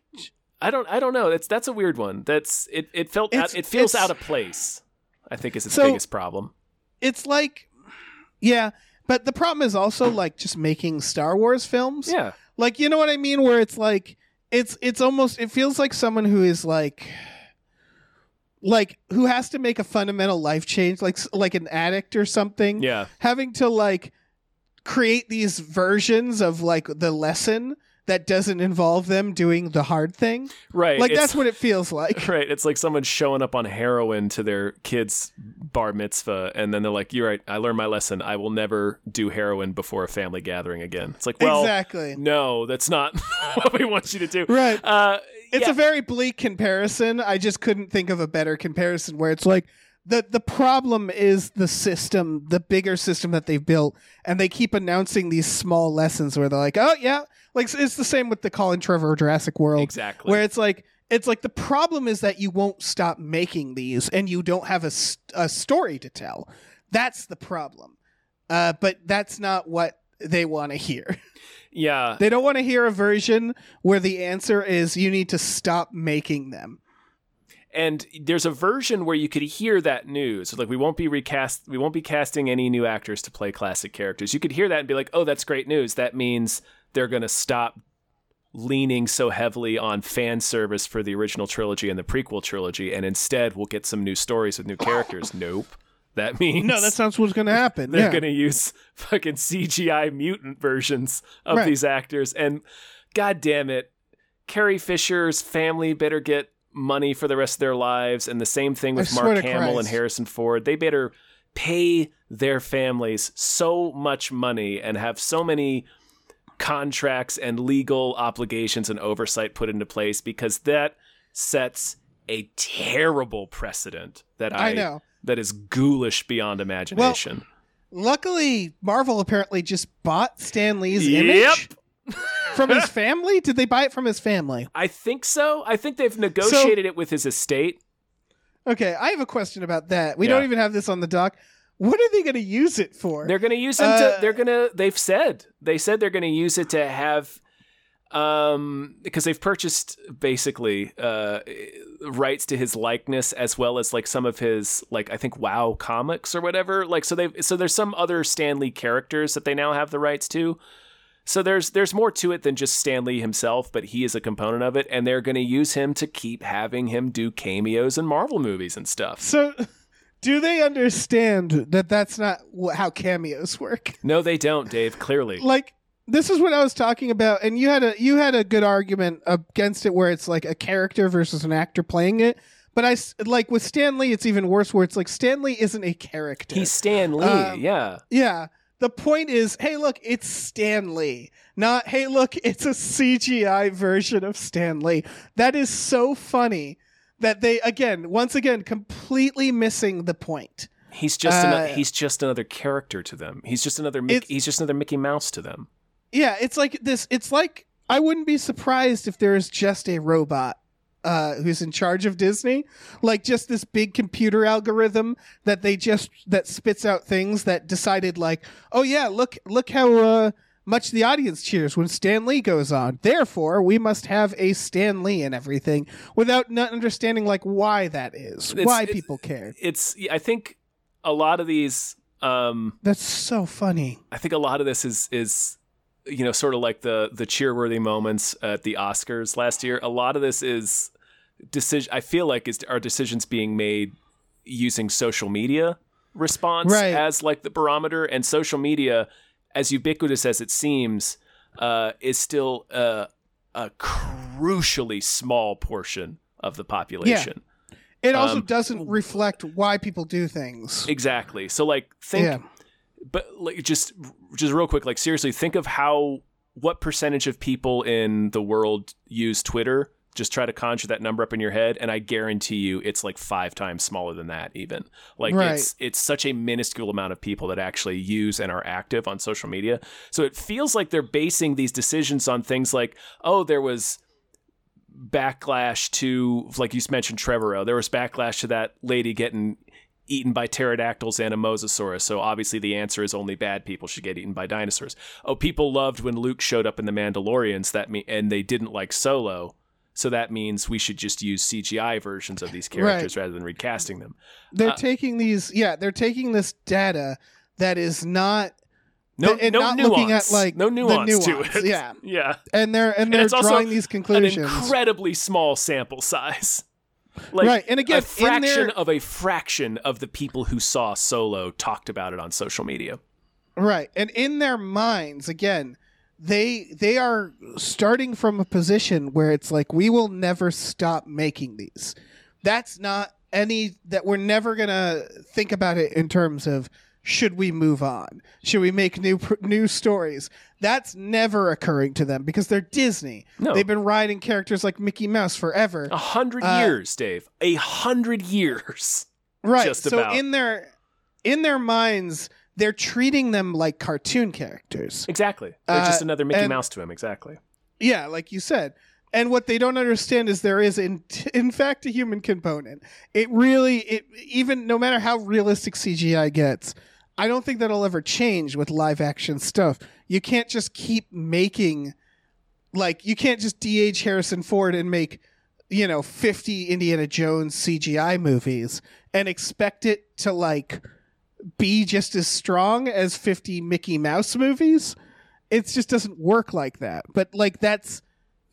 S1: I don't. I don't know. That's that's a weird one. That's it. It felt.
S3: It's-
S1: Out, it feels
S3: it's-
S1: out of place. I think is its
S3: So-
S1: biggest problem.
S3: It's like yeah, but the problem is also like just making Star Wars films.
S1: Yeah.
S3: like you know what i mean where it's like it's it's almost it feels like someone who is like like who has to make a fundamental life change like s- like an addict or something
S1: Yeah.
S3: having to like create these versions of like the lesson that doesn't involve them doing the hard thing
S1: Right.
S3: like
S1: it's-
S3: that's what it feels like
S1: Right, it's like someone showing up on heroin to their kid's bar mitzvah, and then they're like, "You're right. I learned my lesson. I will never do heroin before a family gathering again." It's like, *laughs* well,
S3: exactly
S1: no, that's not *laughs* what we want you to do.
S3: right
S1: Uh,
S3: It's
S1: yeah.
S3: a very bleak comparison. I just couldn't think of a better comparison where it's like the the problem is the system, the bigger system that they've built, and they keep announcing these small lessons where they're like, "Oh yeah," like it's- it's the same with the Colin Trevor Jurassic World,
S1: exactly.
S3: where it's like it's like the problem is that you won't stop making these and you don't have a s- a story to tell. That's the problem. Uh, but that's not what they want to hear.
S1: yeah,
S3: They don't want to hear a version where the answer is you need to stop making them.
S1: and there's a version where you could hear that news. Like, we won't be recast. We won't be casting any new actors to play classic characters. You could hear that and be like, "Oh, that's great news. That means they're going to stop." leaning so heavily on fan service for the original trilogy and the prequel trilogy and instead we'll get some new stories with new
S3: *laughs*
S1: characters nope that means
S3: No, that's not what's going to happen.
S1: They're
S3: yeah.
S1: going to use fucking CGI mutant versions of
S3: Right.
S1: these actors. And god damn it, Carrie Fisher's family better get money for the rest of their lives. And the same thing with
S3: I swear
S1: Mark
S3: to
S1: Hamill and
S3: Christ.
S1: Harrison Ford. They better pay their families so much money and have so many contracts and legal obligations and oversight put into place because that sets a terrible precedent that I,
S3: I know.
S1: that is ghoulish beyond imagination.
S3: Luckily, Marvel apparently just bought Stan Lee's
S1: Yep.
S3: image from his family. Did they buy it from his family?
S1: I think so. I think they've negotiated it with his estate.
S3: Okay, I have a question about that. We
S1: Yeah.
S3: don't even have this on the doc. What are they going to use it for?
S1: They're gonna use it
S3: Uh,
S1: to. They're gonna. They've said. They said they're gonna use it to have, um, because they've purchased basically uh rights to his likeness as well as like some of his like I think Wow comics or whatever. Like so they've so there's some other Stanley characters that they now have the rights to. So there's there's more to it than just Stanley himself, but he is a component of it, and they're gonna use him to keep having him do cameos in Marvel movies and stuff.
S3: so, *laughs* do they understand that that's not wh- how cameos work?
S1: No, they don't, Dave. Clearly.
S3: Like this is what I was talking about, and you had a you had a good argument against it, where it's like a character versus an actor playing it. But I s- like with Stanley, it's even worse, where it's like Stanley isn't a character.
S1: He's Stan Lee,
S3: Um,
S1: yeah.
S3: Yeah. The point is, hey, look, it's Stanley. Not, hey, look, it's a CGI version of Stanley. That is so funny that they, again, once again, completely missing the point.
S1: He's just
S3: Uh,
S1: ano- he's just another character to them. He's just another Mickey,
S3: It's-
S1: he's just another Mickey Mouse to them.
S3: Yeah, it's like this. It's like I wouldn't be surprised if there is just a robot uh, who's in charge of Disney, like just this big computer algorithm that they just that spits out things that decided like, oh yeah, look look how uh, much the audience cheers when Stan Lee goes on. Therefore, we must have a Stan Lee and everything without not understanding like why that is,
S1: It's-
S3: why
S1: it's-
S3: people care.
S1: It's I think a lot of these um
S3: That's so funny.
S1: I think a lot of this is is you know sort of like the the cheerworthy moments at the Oscars last year. A lot of this is decision I feel like is are decisions being made using social media response
S3: Right.
S1: as like the barometer and social media as ubiquitous as it seems uh, is still uh, a crucially small portion of the population.
S3: It also
S1: Um,
S3: doesn't reflect why people do things.
S1: Exactly. So like think
S3: Yeah.
S1: but like just just real quick like seriously think of how what percentage of people in the world use Twitter? Just try to conjure that number up in your head and I guarantee you it's like 5 times smaller than that even. Like
S3: Right.
S1: it's it's such a minuscule amount of people that actually use and are active on social media. So it feels like they're basing these decisions on things like oh there was backlash to like you mentioned Trevorrow. There was backlash to that lady getting eaten by pterodactyls and a mosasaurus. So obviously the answer is only bad people should get eaten by dinosaurs. Oh, people loved when Luke showed up in the Mandalorians that mean and they didn't like Solo. So that means we should just use CGI versions of these characters rather than recasting them.
S3: they're
S1: Uh,
S3: taking these yeah they're taking this data that is not
S1: No,
S3: and
S1: no
S3: not
S1: nuance.
S3: looking at, like,
S1: no
S3: the
S1: nuance,
S3: nuance,
S1: to it.
S3: yeah.
S1: *laughs* yeah.
S3: and they're and they're
S1: it's also
S3: drawing these
S1: An
S3: conclusions
S1: incredibly small sample size. *laughs* Like
S3: Right, and again,
S1: a
S3: in
S1: fraction
S3: their-
S1: of a fraction of the people who saw Solo talked about it on social media.
S3: right and in their minds again they they are starting from a position where it's like we will never stop making these that's not any that we're never gonna think about it in terms of should we move on should we make new pr- new stories that's never occurring to them because they're disney
S1: No.
S3: they've been riding characters like mickey mouse forever
S1: A hundred
S3: Uh,
S1: years, Dave. A hundred years. *laughs*
S3: right
S1: just
S3: so
S1: about.
S3: in their in their minds they're treating them like cartoon characters
S1: Exactly. They're
S3: Uh,
S1: just another Mickey
S3: and-
S1: Mouse to him. Exactly.
S3: yeah like you said and what they don't understand is there is in *laughs* in fact a human component it really it even no matter how realistic cgi gets i don't think that'll ever change with live action stuff you can't just keep making like you can't just dh harrison ford and make you know 50 indiana jones cgi movies and expect it to like be just as strong as 50 mickey mouse movies it just doesn't work like that but like that's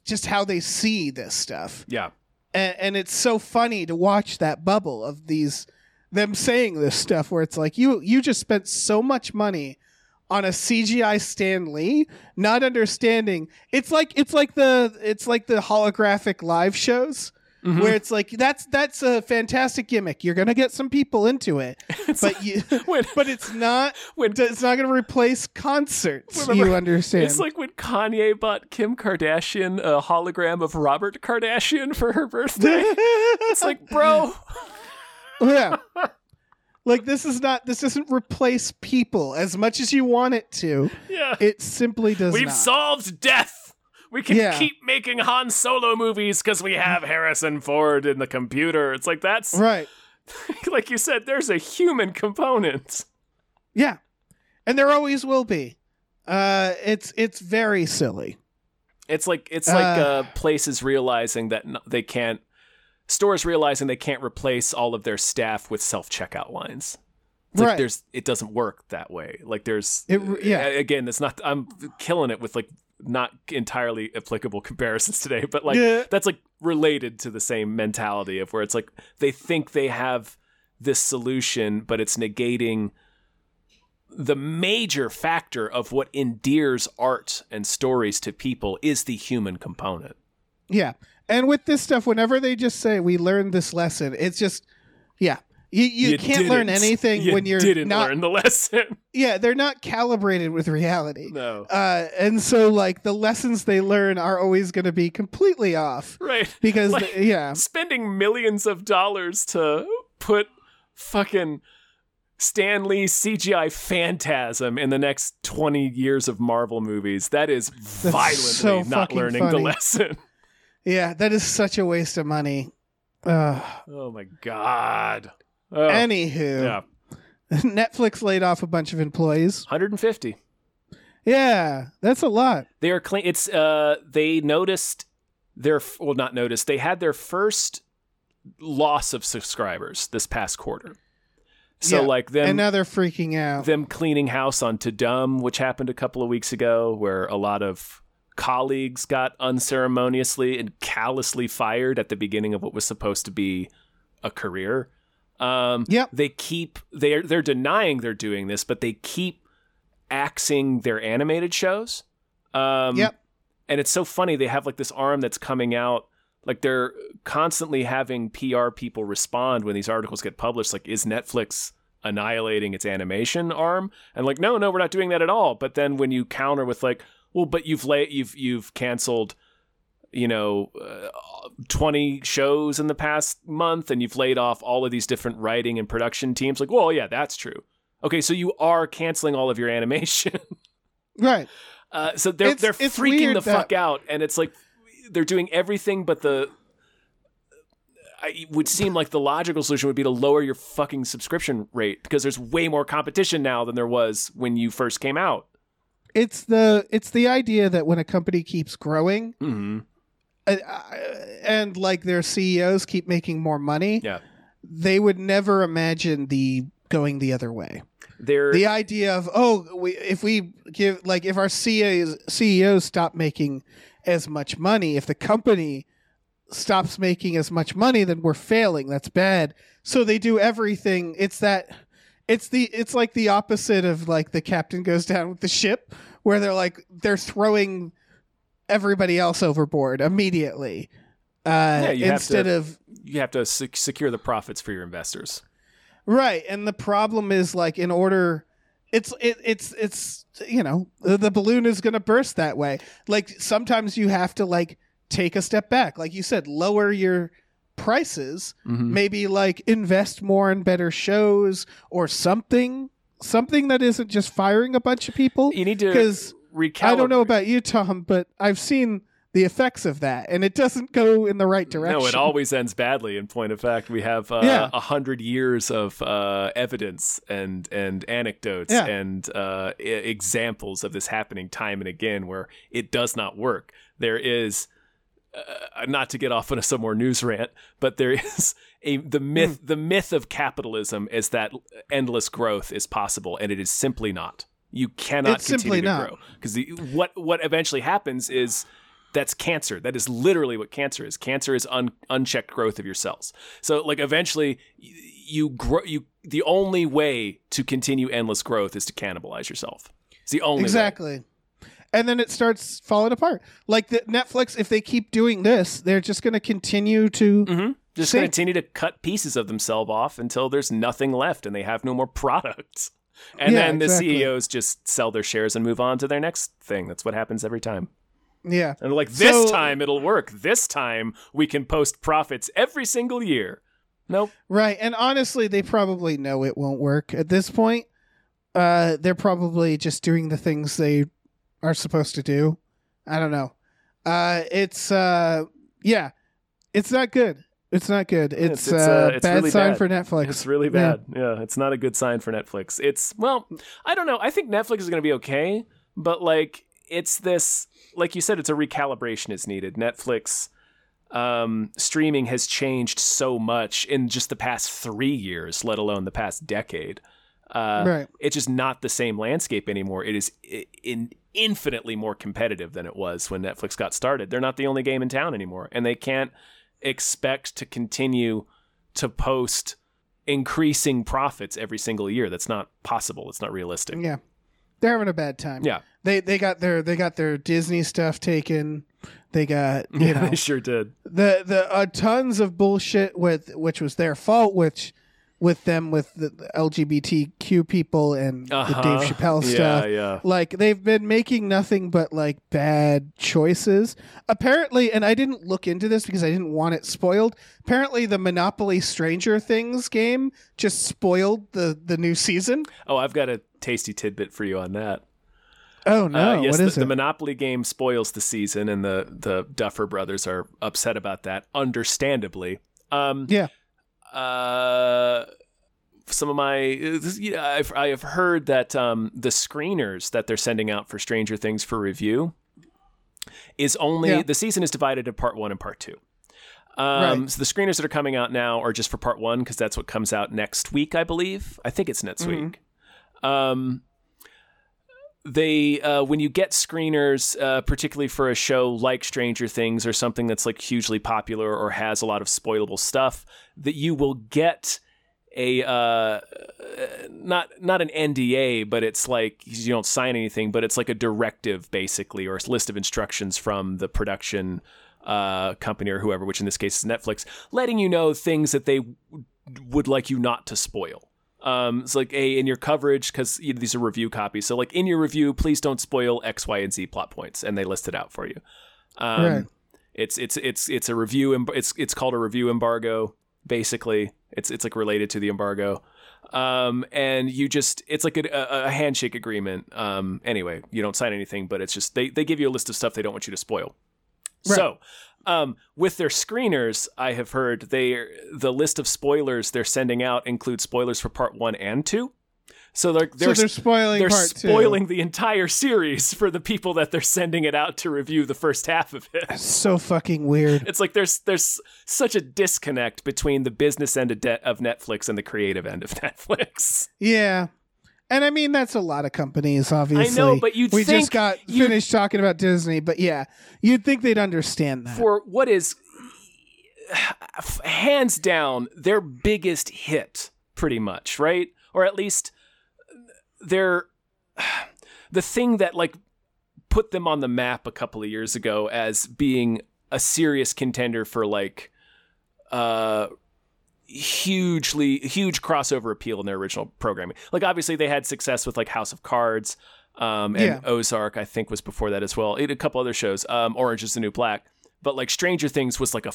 S3: just how they see this stuff
S1: Yeah.
S3: and, and it's so funny to watch that bubble of these them saying this stuff where it's like you you just spent so much money on a CGI Stan Lee, not understanding it's like it's like the it's like the holographic live shows
S1: Mhm.
S3: where it's like that's that's a fantastic gimmick. You're gonna get some people
S1: *laughs*
S3: into it, but you
S1: when-
S3: but it's not
S1: when-
S3: it's not gonna replace concerts.
S1: Remember-
S3: you understand?
S1: It's like when Kanye bought Kim Kardashian a hologram of Robert Kardashian for her birthday.
S3: *laughs*
S1: it's like, bro, *laughs*
S3: yeah. *laughs* Like this is not this doesn't replace people as much as you want it to.
S1: yeah.
S3: It simply does
S1: We've
S3: not.
S1: solved death. We can
S3: Yeah.
S1: keep making Han Solo movies because we have Harrison Ford in the computer. It's *laughs* like that's
S3: right.
S1: like you said. There's a human component.
S3: Yeah, and there always will be. Uh, it's it's very silly.
S1: It's like it's like
S3: Uh.
S1: uh, places realizing that n- they can't stores realizing they can't replace all of their staff with self checkout lines. It's like
S3: Right.
S1: there's it doesn't work that way. Like there's
S3: It re- yeah.
S1: a- again that's not I'm killing it with like not entirely applicable comparisons today, but like
S3: Yeah.
S1: that's like related to the same mentality of where it's like they think they have this solution, but it's negating the major factor of what endears art and stories to people is the human component.
S3: Yeah. And with this stuff, whenever they just say we learned this lesson, it's just yeah. You you, can't
S1: didn't.
S3: learn anything
S1: You
S3: when you're
S1: didn't
S3: not
S1: learn the lesson. *laughs*
S3: Yeah, they're not calibrated with reality.
S1: no,
S3: Uh and so like the lessons they learn are always gonna be completely off.
S1: right?
S3: *laughs* Because
S1: Like-
S3: the- yeah.
S1: spending millions of dollars to put fucking Stan Lee CGI phantasm in the next 20 years of Marvel movies. That is violently
S3: so
S1: not
S3: fucking
S1: learning the
S3: funny.
S1: lesson. *laughs*
S3: Yeah, that is such a waste of money. Uh
S1: Oh my god. Oh,
S3: anywho.
S1: yeah.
S3: *laughs* Netflix laid off a bunch of employees.
S1: 150.
S3: Yeah, that's a lot.
S1: They are clean. It's uh they noticed their well not noticed. They had their first loss of subscribers this past quarter. So
S3: Yeah.
S1: like them
S3: and now they're freaking out.
S1: them cleaning house on Tudum, which happened a couple of weeks ago, where a lot of colleagues got unceremoniously and callously fired at the beginning of what was supposed to be a career. Um,
S3: Yep.
S1: They keep they're they're denying they're doing this, but they keep axing their animated shows. Um,
S3: yep.
S1: and it's so funny they have like this arm that's coming out like they're constantly having pr people respond when these articles get published like is netflix annihilating its animation arm and like no no we're not doing that at all but then when you counter with like well but you've la- you've you've canceled you know uh, 20 shows in the past month and you've laid off all of these different writing and production teams like well yeah that's true okay so you are canceling all of your *laughs* animation
S3: Right.
S1: uh, so they're
S3: It's-
S1: they're
S3: it's
S1: freaking
S3: weird
S1: the fuck
S3: that-
S1: out, and it's like they're doing everything but the. I, it would seem like the logical solution would be to lower your fucking subscription rate because there's way more competition now than there was when you first came out.
S3: it's the it's the idea that when a company keeps growing
S1: Mm-hmm.
S3: uh, uh, and like their CEOs keep making more money,
S1: Yeah.
S3: they would never imagine the going the other way.
S1: They're
S3: The idea of oh, we, if we give like if our CEOs CEOs E stop making as much money, if the company stops making as much money, then we're failing. That's bad. So they do everything. It's that. It's the it's like the opposite of like the captain goes down with the ship, where they're like they're throwing everybody else overboard immediately. Uh,
S1: you have
S3: instead
S1: to-
S3: of
S1: you have to sec- secure the profits for your investors.
S3: Right, and the problem is like in order, it's it, it's it's you know the, the balloon is going to burst that way. Like sometimes you have to like take a step back, like you said, lower your prices,
S1: Mhm.
S3: maybe like invest more in better shows or something, something that isn't just firing a bunch of people.
S1: You need to
S3: 'Cause
S1: recalibrate.
S3: I don't know about you, Tom, but I've seen the effects of that, and it doesn't go in the right direction.
S1: No, it always ends badly. In point of fact, we have uh, a
S3: Yeah.
S1: hundred years of uh, evidence and and anecdotes
S3: Yeah.
S1: and uh, e- examples of this happening time and again, where it does not work. There is. Uh, not to get off on a some more news rant, but there *laughs* is a the
S3: Hmm.
S1: myth the myth of capitalism is that endless growth is possible, and it is simply not. You cannot
S3: It's
S1: continue
S3: simply
S1: to
S3: not.
S1: grow because what what eventually happens is that's cancer. That is literally what cancer is. Cancer is un, unchecked growth of your cells. So like eventually y- you grow you the only way to continue endless growth is to cannibalize yourself. It's the only way.
S3: exactly and then it starts falling apart like the netflix if they keep doing this they're just going to continue to
S1: Mhm. Just
S3: Same.
S1: continue to cut pieces of themselves off until there's nothing left and they have no more *laughs* products. And
S3: Yeah,
S1: then the
S3: exactly.
S1: CEOs just sell their shares and move on to their next thing. That's what happens every time.
S3: yeah
S1: And they're like, this
S3: So-
S1: time it'll work. This time we can post profits every single year. Nope.
S3: right and honestly they probably know it won't work at this point uh they're probably just doing the things they are supposed to do i don't know uh it's uh yeah it's not good It's not good.
S1: It's-
S3: It's,
S1: it's,
S3: uh,
S1: uh, it's
S3: bad
S1: really
S3: sign
S1: bad.
S3: for Netflix.
S1: It's really
S3: Yeah.
S1: bad. Yeah. it's not a good sign for Netflix. It's well, I don't know. I think Netflix is going to be okay, but like it's this like you said it's a recalibration is needed. Netflix um streaming has changed so much in just the past 3 years, let alone the past decade. Uh
S3: right.
S1: it's just not the same landscape anymore. It is i- in infinitely more competitive than it was when Netflix got started. They're not the only game in town anymore, and they can't expect to continue to post increasing profits every single year. That's not possible. It's not realistic.
S3: Yeah. They're having a bad time.
S1: Yeah.
S3: They they got their they got their Disney stuff taken. They got you
S1: Yeah, *laughs*
S3: know
S1: they sure did.
S3: the the uh, tons of bullshit with which was their fault which with them with the LGBTQ people and
S1: Uh-huh.
S3: the Dave Chappelle
S1: yeah,
S3: stuff.
S1: Yeah,
S3: Like they've been making nothing but like bad choices. Apparently, and I didn't look into this because I didn't want it spoiled. Apparently, the Monopoly Stranger Things game just spoiled the the new season.
S1: Oh, I've got a tasty tidbit for you on that.
S3: Oh
S1: Uh,
S3: no!
S1: yes,
S3: what is
S1: the,
S3: it?
S1: the Monopoly game spoils the season, and the the Duffer brothers are upset about that, understandably. Um,
S3: Yeah.
S1: Uh, some of my, you know, I've, I have heard that um, the screeners that they're sending out for Stranger Things for review is only
S3: Yeah.
S1: the season is divided into part one and part two. Um,
S3: Right.
S1: So the screeners that are coming out now are just for part one because that's what comes out next week, I believe. I think it's next week. Um, they uh, when you get screeners, uh, particularly for a show like Stranger Things or something that's like hugely popular or has a lot of spoilable stuff, that you will get a uh, uh, not not an NDA, but it's like you don't sign anything, but it's like a directive basically or a list of instructions from the production uh, company or whoever, which in this case is Netflix, letting you know things that they w- would like you not to spoil. Um, it's like a in your coverage because you know, these are review copies. So like in your review, please don't spoil X, Y, and Z plot points, and they list it out for you. Um,
S3: Right.
S1: It's it's it's it's a review. Em- it's it's called a review embargo. Basically, it's it's like related to the embargo. Um, and you just it's like a, a, a handshake agreement. Um, anyway, you don't sign anything, but it's just they they give you a list of stuff they don't want you to spoil.
S3: Right.
S1: So, um, with their screeners, I have heard they the list of spoilers they're sending out include spoilers for part one and two. So they're
S3: so
S1: they're,
S3: they're spoiling.
S1: they're
S3: part
S1: spoiling the entire series for the people that they're sending it out to review the first half of it.
S3: Two. *laughs* So fucking weird.
S1: It's like there's there's such a disconnect between the business end of, de- of Netflix and the creative end of *laughs* Netflix.
S3: Yeah. And I mean that's a lot of companies, obviously.
S1: but you'd
S3: we
S1: think
S3: just got
S1: you'd-
S3: finished talking about Disney, but yeah, you'd think they'd understand that.
S1: for what is hands down their biggest hit pretty much right or at least their the thing that like put them on the map a couple of years ago as being a serious contender for like uh hugely huge crossover appeal in their original programming like obviously they had success with like house of cards um and
S3: Yeah.
S1: ozark i think was before that as well it, a couple other shows um orange is the new black but like stranger things was like a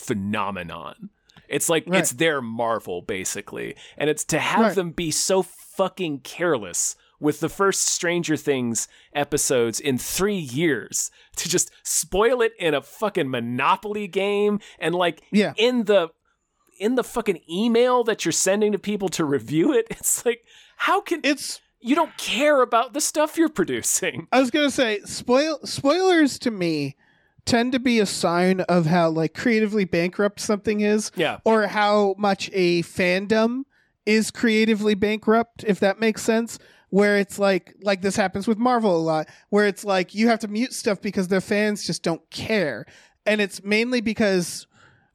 S1: phenomenon it's like
S3: Right.
S1: it's their marvel basically and it's to have
S3: Right.
S1: them be so fucking careless with the first stranger things episodes in 3 years to just spoil it in a fucking monopoly game and like
S3: Yeah.
S1: in the in the fucking email that you're sending to people to review it *laughs* it's like how can
S3: It's
S1: you don't care about the stuff you're producing *laughs*
S3: I was gonna say, spoil spoilers to me tend to be a sign of how like creatively bankrupt something is
S1: yeah
S3: or how much a fandom is creatively bankrupt if that makes sense where it's like like this happens with marvel a lot where it's like you have to mute stuff because their fans just don't care and it's mainly because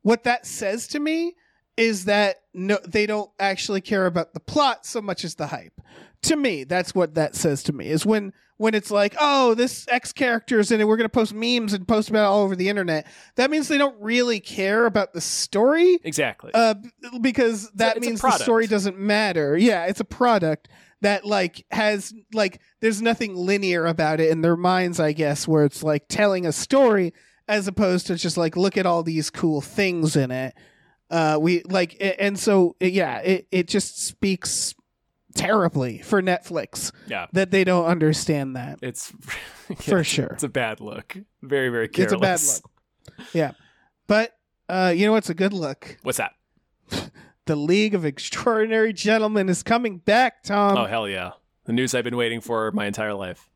S3: what that says to me is that no they don't actually care about the plot so much as the hype to me that's what that says to me is when when it's like oh this x character is in it we're going to post memes and post about it all over the internet that means they don't really care about the story
S1: exactly
S3: uh, b- because that
S1: it's a
S3: means the
S1: product.
S3: story doesn't matter. Yeah, it's a product that like has like there's nothing linear about it in their minds, I guess, where it's like telling a story as opposed to just like look at all these cool things in it. Uh, we like, a- and so yeah, it it just speaks terribly for Netflix
S1: yeah
S3: that they don't understand that
S1: it's *laughs*
S3: for sure.
S1: it's a bad look very very
S3: It's
S1: careless
S3: a bad look. Yeah, but Uh, you know what's a good look?
S1: What's that?
S3: The League of Extraordinary Gentlemen is coming back, Tom.
S1: oh hell yeah! The news I've been waiting for my entire life.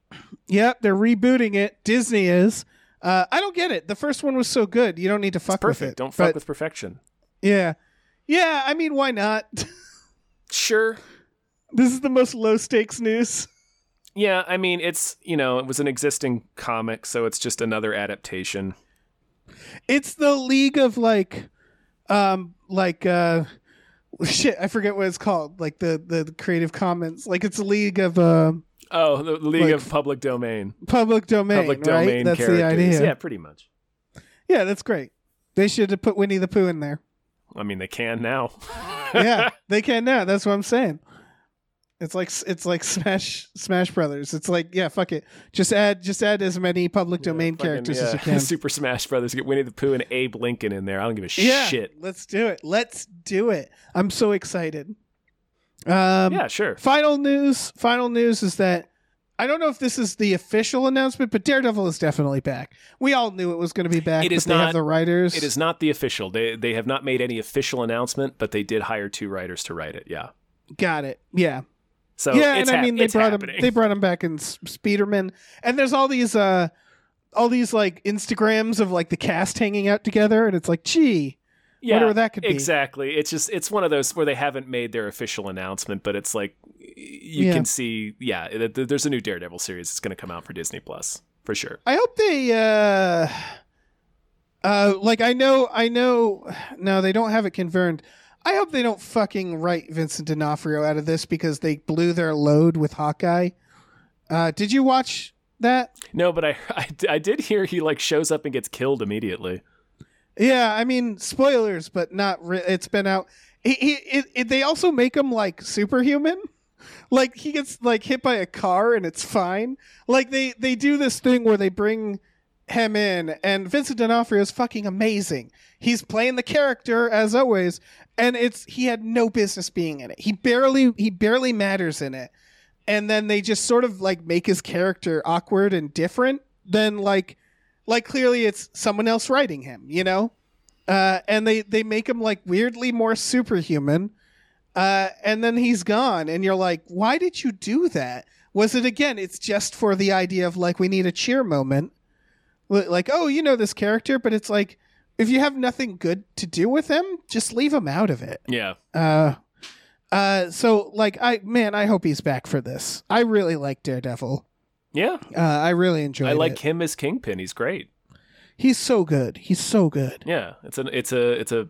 S3: Yep, they're rebooting it. Disney is. Uh, I don't get it. The first one was so good. You don't need to
S1: It's
S3: fuck with
S1: perfect.
S3: it.
S1: Don't
S3: But,
S1: fuck with perfection.
S3: Yeah, yeah. I mean, why not? *laughs*
S1: Sure.
S3: this is the most low stakes news.
S1: Yeah, I mean it's you know it was an existing comic, so it's just another adaptation.
S3: It's the League of like, um, like uh, *laughs* shit. I forget what it's called. Like the the, Creative Commons. Like it's a League of um
S1: Oh, the League
S3: Like-
S1: of Public Domain.
S3: public domain.
S1: Public
S3: right?
S1: domain
S3: That's
S1: characters.
S3: the idea.
S1: Yeah, pretty much.
S3: yeah, that's great. They should have put Winnie the Pooh in there.
S1: I mean they can now. *laughs*
S3: yeah, they can now. That's what I'm saying. It's like it's like Smash Smash Brothers. It's like yeah, fuck it. Just add just add as many public domain
S1: *laughs* Fucking,
S3: characters
S1: yeah.
S3: as you can.
S1: Super Smash Brothers. Get Winnie the Pooh and Abe Lincoln in there. I don't give a
S3: yeah,
S1: shit.
S3: let's do it. Let's do it. I'm so excited. Um,
S1: yeah, sure.
S3: Final news. Final news is that I don't know if this is the official announcement, but Daredevil is definitely back. We all knew it was going to be back.
S1: It
S3: but
S1: is
S3: they have
S1: not-
S3: the writers.
S1: It is not the official. They they have not made any official announcement, but they did hire two writers to write it. Yeah.
S3: got it. Yeah.
S1: So
S3: yeah,
S1: it's
S3: and I
S1: hap-
S3: mean they
S1: it's
S3: brought
S1: happening.
S3: him. They brought him back in S- Speederman, and there's all these uh, all these like Instagrams of like the cast hanging out together, and it's like, gee,
S1: *laughs* yeah,
S3: wonder where that could be.
S1: Exactly. It's just it's one of those where they haven't made their official announcement, but it's like y- you
S3: Yeah.
S1: can see, yeah, th- th- there's a new Daredevil series that's going to come out for Disney Plus for sure.
S3: I hope they uh, uh, like I know, I know. No, they don't have it confirmed. I hope they don't fucking write Vincent D'Onofrio out of this because they blew their load with Hawkeye. Uh, did you watch that?
S1: No, but I, *laughs* I d- I did hear he like shows up and gets killed immediately.
S3: Yeah, I mean spoilers, but not. Re- it's been out. He, he, it, it, they also make him like superhuman. Like he gets like hit by a car and it's fine. Like they they do this thing where they bring him in, and Vincent D'Onofrio is fucking amazing. He's playing the character as always, and it's he had no business being in it. He barely he barely matters in it, and then they just sort of like make his character awkward and different than like like clearly it's someone else writing him, you know? Uh, and they they make him like weirdly more superhuman. Uh, and then he's gone and you're like, "Why did you do that?" Was it again, it's just for the idea of like we need a cheer moment. Li- Like, "Oh, you know this character," but it's like if you have nothing good to do with him, just leave him out of it.
S1: Yeah.
S3: Uh, uh, so like I man, I hope he's back for this. I really like Daredevil.
S1: Yeah.
S3: Uh, I really enjoyed
S1: I like
S3: it.
S1: him as Kingpin. He's great.
S3: He's so good. He's so good.
S1: Yeah. It's an it's a it's a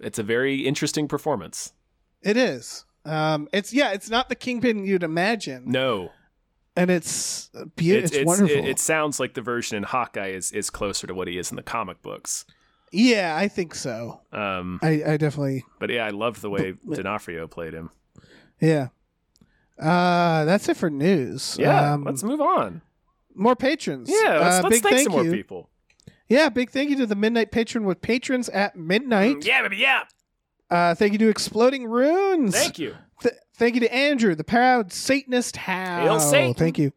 S1: it's a very interesting performance.
S3: It is. Um, it's yeah. It's not the kingpin you'd imagine,
S1: No.
S3: and it's beautiful. It's, wonderful.
S1: It, it sounds like the version in Hawkeye is is closer to what he is in the comic books.
S3: yeah, I think so.
S1: Um,
S3: I, I definitely
S1: but yeah, I loved the way D'Onofrio played him.
S3: yeah. Uh, that's it for news.
S1: Yeah,
S3: um,
S1: let's move on.
S3: more patrons.
S1: Yeah, let's,
S3: uh,
S1: let's
S3: big
S1: thank,
S3: thank
S1: some more
S3: you.
S1: people.
S3: Yeah, big thank you to the midnight patron with patrons at midnight.
S1: Mm, Yeah, baby, yeah.
S3: Uh, thank you to exploding runes.
S1: Thank you.
S3: Th- thank you to Andrew, the proud Satanist. How?
S1: Hail Satan.
S3: Thank you.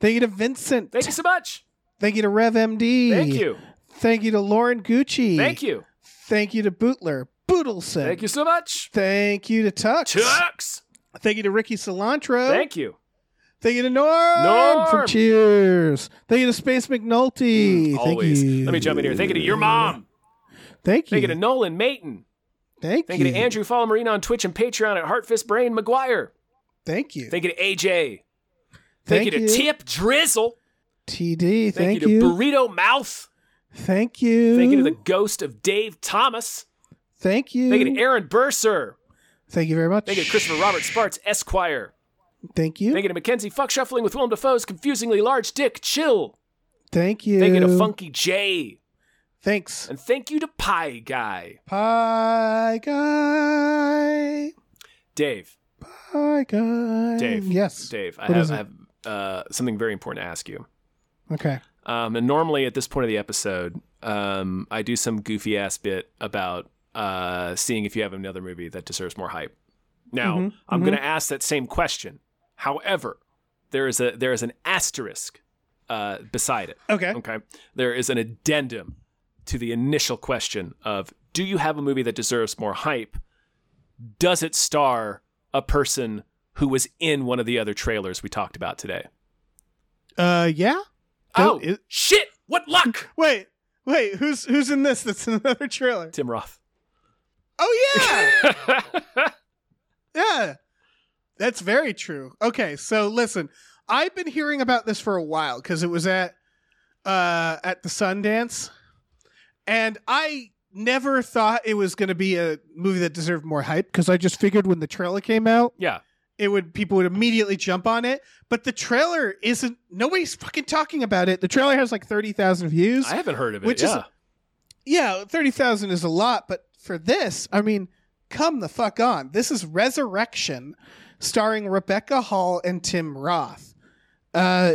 S3: Thank you to Vincent.
S1: Thank you so much.
S3: Thank you to Rev MD.
S1: Thank you.
S3: Thank you to Lauren Gucci.
S1: Thank you.
S3: Thank you to Bootler, Boodleson.
S1: Thank you so much.
S3: Thank you to Tux.
S1: Chucks.
S3: Thank you to Ricky Cilantro.
S1: Thank you.
S3: Thank you to Norm,
S1: Norm. Mm,
S3: from Cheers. Thank you to Space McNulty. Thank
S1: Always.
S3: you.
S1: Let me jump in here. Thank you to your mom.
S3: Thank you.
S1: Thank you to Nolan Mayton.
S3: Thank,
S1: Thank you to Andrew Falamarino on Twitch and Patreon at Heartfist Brain McGuire.
S3: Thank you.
S1: Thank you to AJ. Thank, you to Tip Drizzle.
S3: TD.
S1: Thank,
S3: Thank,
S1: you to Burrito Mouth.
S3: Thank you.
S1: Thank you to the ghost of Dave Thomas.
S3: Thank you.
S1: Thank you to Aaron Burser.
S3: Thank you very much.
S1: Thank you to Christopher Robert Sparts, Esquire.
S3: Thank you.
S1: Thank you to Mackenzie Fuck Shuffling with Willem Dafoe's confusingly large dick chill.
S3: Thank you.
S1: Thank you to Funky J.
S3: Thanks.
S1: And thank you to Pie Guy.
S3: Pie guy.
S1: Dave.
S3: Pie guy.
S1: Dave.
S3: Eh, Yes.
S1: Dave, I
S3: What
S1: have,
S3: is
S1: I have uh, something very important to ask you.
S3: Okay.
S1: Um, and normally at this point of the episode, um, I do some goofy ass bit about uh, seeing if you have another movie that deserves more hype. Now
S3: Mhm,
S1: I'm
S3: mhm.
S1: going to ask that same question. However, there is a there is an asterisk uh, beside it. *laughs*
S3: Okay.
S1: Okay, there is an addendum to the initial question of do you have a movie that deserves more hype? Does it star a person who was in one of the other trailers we talked about today?
S3: Uh, yeah.
S1: Oh,
S3: Don't- it-
S1: shit! What
S3: *laughs*
S1: luck!
S3: Wait, wait. Who's who's in this? That's *laughs* in another trailer.
S1: Tim Roth.
S3: Oh yeah. *laughs* Yeah. That's very true. Okay, so listen, I've been hearing about this for a while because it was at uh at the Sundance. And I never thought it was gonna be a movie that deserved more hype because I just figured when the trailer came out,
S1: *laughs* yeah.
S3: it would people would immediately jump on it. But the trailer isn't nobody's fucking talking about it. The trailer has like thirty thousand views.
S1: I haven't heard of it.
S3: Which is-
S1: yeah.
S3: yeah, thirty thousand is a lot, but for this, I mean, come the fuck on. This is Resurrection, starring Rebecca Hall and Tim Roth. Uh,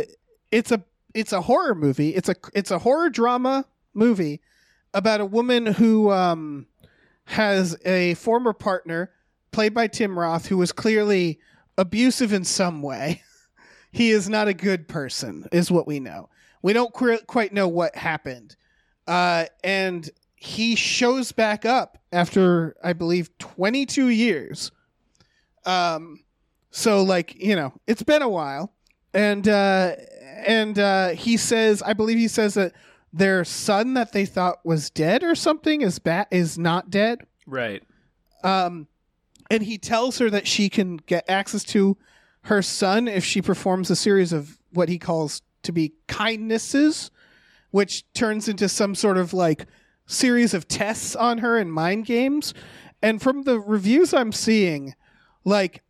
S3: it's a it's a horror movie. It's a it's a horror drama movie about a woman who um, has a former partner played by Tim Roth who was clearly abusive in some way. *laughs* he is not a good person, is what we know. We don't qu- quite know what happened uh, and he shows back up after I believe 22 years. Um, so like you know, it's been a while, and uh, and uh, he says, I believe he says that their son that they thought was dead or something is bat is not dead.
S1: Right.
S3: Um, and he tells her that she can get access to her son if she performs a series of what he calls to be kindnesses, which turns into some sort of like series of tests on her and mind games. And from the reviews I'm seeing, like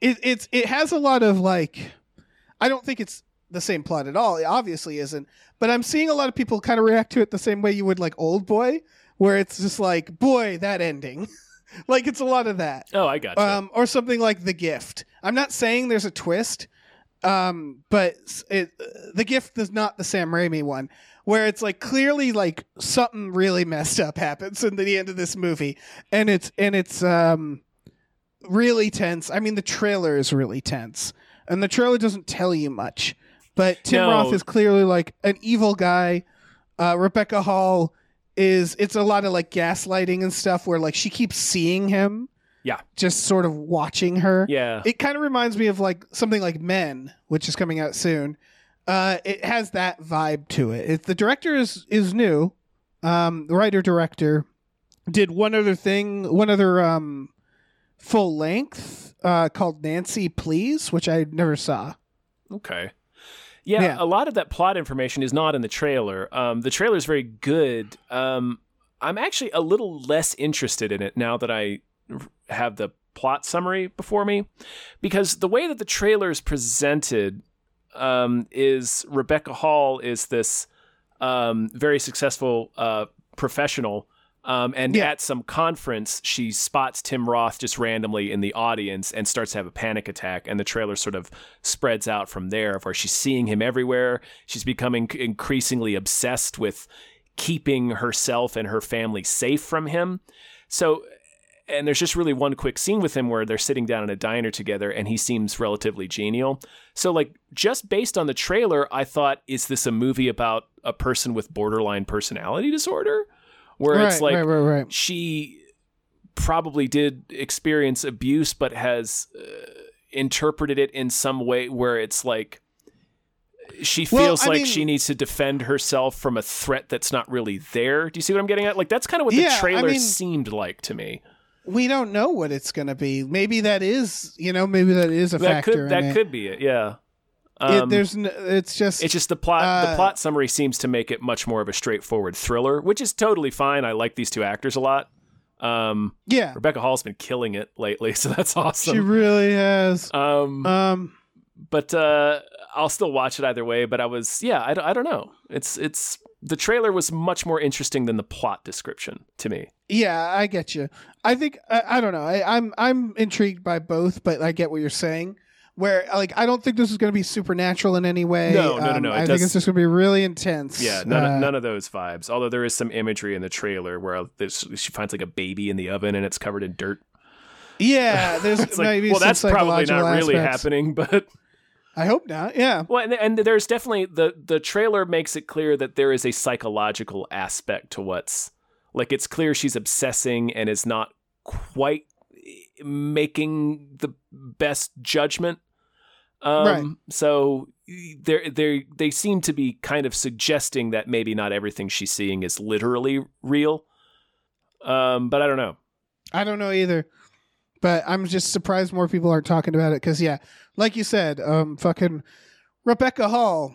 S3: it, it's it has a lot of like I don't think it's the same plot at all. It obviously isn't, but I'm seeing a lot of people kind of react to it the same way you would like Old Boy, where it's just like, boy, that ending. like it's a lot of that
S1: Oh, I got
S3: um, or something like The Gift. I'm not saying there's a twist, um, but s- it, uh, The Gift is not the Sam Raimi one, where it's like clearly like something really messed up happens in the end of this movie, and it's and it's um, really tense. I mean, the trailer is really tense, and the trailer doesn't tell you much, but Tim
S1: No.
S3: Roth is clearly like an evil guy. Uh, Rebecca Hall is it's a lot of like gaslighting and stuff where like she keps seeing him just sort of watching her.
S1: Yeah.
S3: It kind of reminds me of like something like Men, which is coming out soon. Uh, it has that vibe to it. it the director is is new. Um, the writer director did one other thing, one other um, full length uh, called Nancy Please, which I never saw.
S1: Okay. Yeah,
S3: Yeah.
S1: a lot of that plot information is not in the trailer. Um, the trailer is very good. Um, I'm actually a little less interested in it now that I r- have the plot summary before me, because the way that the trailer is presented um, is Rebecca Hall is this um, very successful uh, professional. Um, and
S3: Yeah.
S1: at some conference, she spots Tim Roth just randomly in the audience and starts to have a panic attack. And the trailer sort of spreads out from there, where she's seeing him everywhere. She's becoming c- increasingly obsessed with keeping herself and her family safe from him. So, and there's just really one quick scene with him where they're sitting down in a diner together and he seems relatively genial. So, like, just based on the trailer, I thought, is this a movie about a person with borderline personality disorder? Where it's like,
S3: right, right, right.
S1: she probably did experience abuse but has uh, interpreted it in some way where it's like she
S3: Well,
S1: feels
S3: I
S1: like
S3: mean-
S1: she needs to defend herself from a threat that's not really there. Do you see what I'm getting at? Like that's kind of what
S3: Yeah,
S1: the
S3: I
S1: trailer
S3: mean-
S1: seemed like to me.
S3: We don't know what it's going to be. Maybe that is, you know, maybe that is a
S1: That
S3: factor.
S1: could that
S3: in it.
S1: could be it. Yeah.
S3: It-
S1: Um,
S3: there's, n- it's just,
S1: it's just the plot. the
S3: uh,
S1: plot summary seems to make it much more of a straightforward thriller, which is totally fine. I like these two actors a lot. Um,
S3: yeah,
S1: Rebecca Hall's been killing it lately, *laughs* so that's awesome.
S3: she really has.
S1: um,
S3: Um,
S1: but uh, I'll still watch it either way. But I was, yeah, I, don't- I don't know. It's it's the trailer was much more interesting than the plot description to me.
S3: Yeah, I get you. I think I, I don't know. I, I'm I'm intrigued by both, but I get what you're saying. Where like I don't think this is going to be supernatural in any way.
S1: No, no, no,
S3: Um,
S1: no, it
S3: I think
S1: does-
S3: it's just going to be really intense.
S1: Yeah, none,
S3: Uh,
S1: none of those vibes. Although there is some imagery in the trailer where there's, she finds like a baby in the oven and it's covered in dirt.
S3: Yeah, there's
S1: It's like, *laughs*
S3: maybe
S1: well,
S3: some
S1: that's probably not
S3: psychological
S1: really
S3: aspects.
S1: happening, *laughs* but
S3: I hope not. Yeah.
S1: Well, and, and there's definitely the the trailer makes it clear that there is a psychological aspect to what's like. It's clear she's obsessing and is not quite eh, making the best judgment. Um,
S3: Right.
S1: So they they they seem to be kind of suggesting that maybe not everything she's seeing is literally real. Um, but I don't know.
S3: I don't know either. But I'm just surprised more people aren't talking about it because, yeah, like you said, um, fucking Rebecca Hall,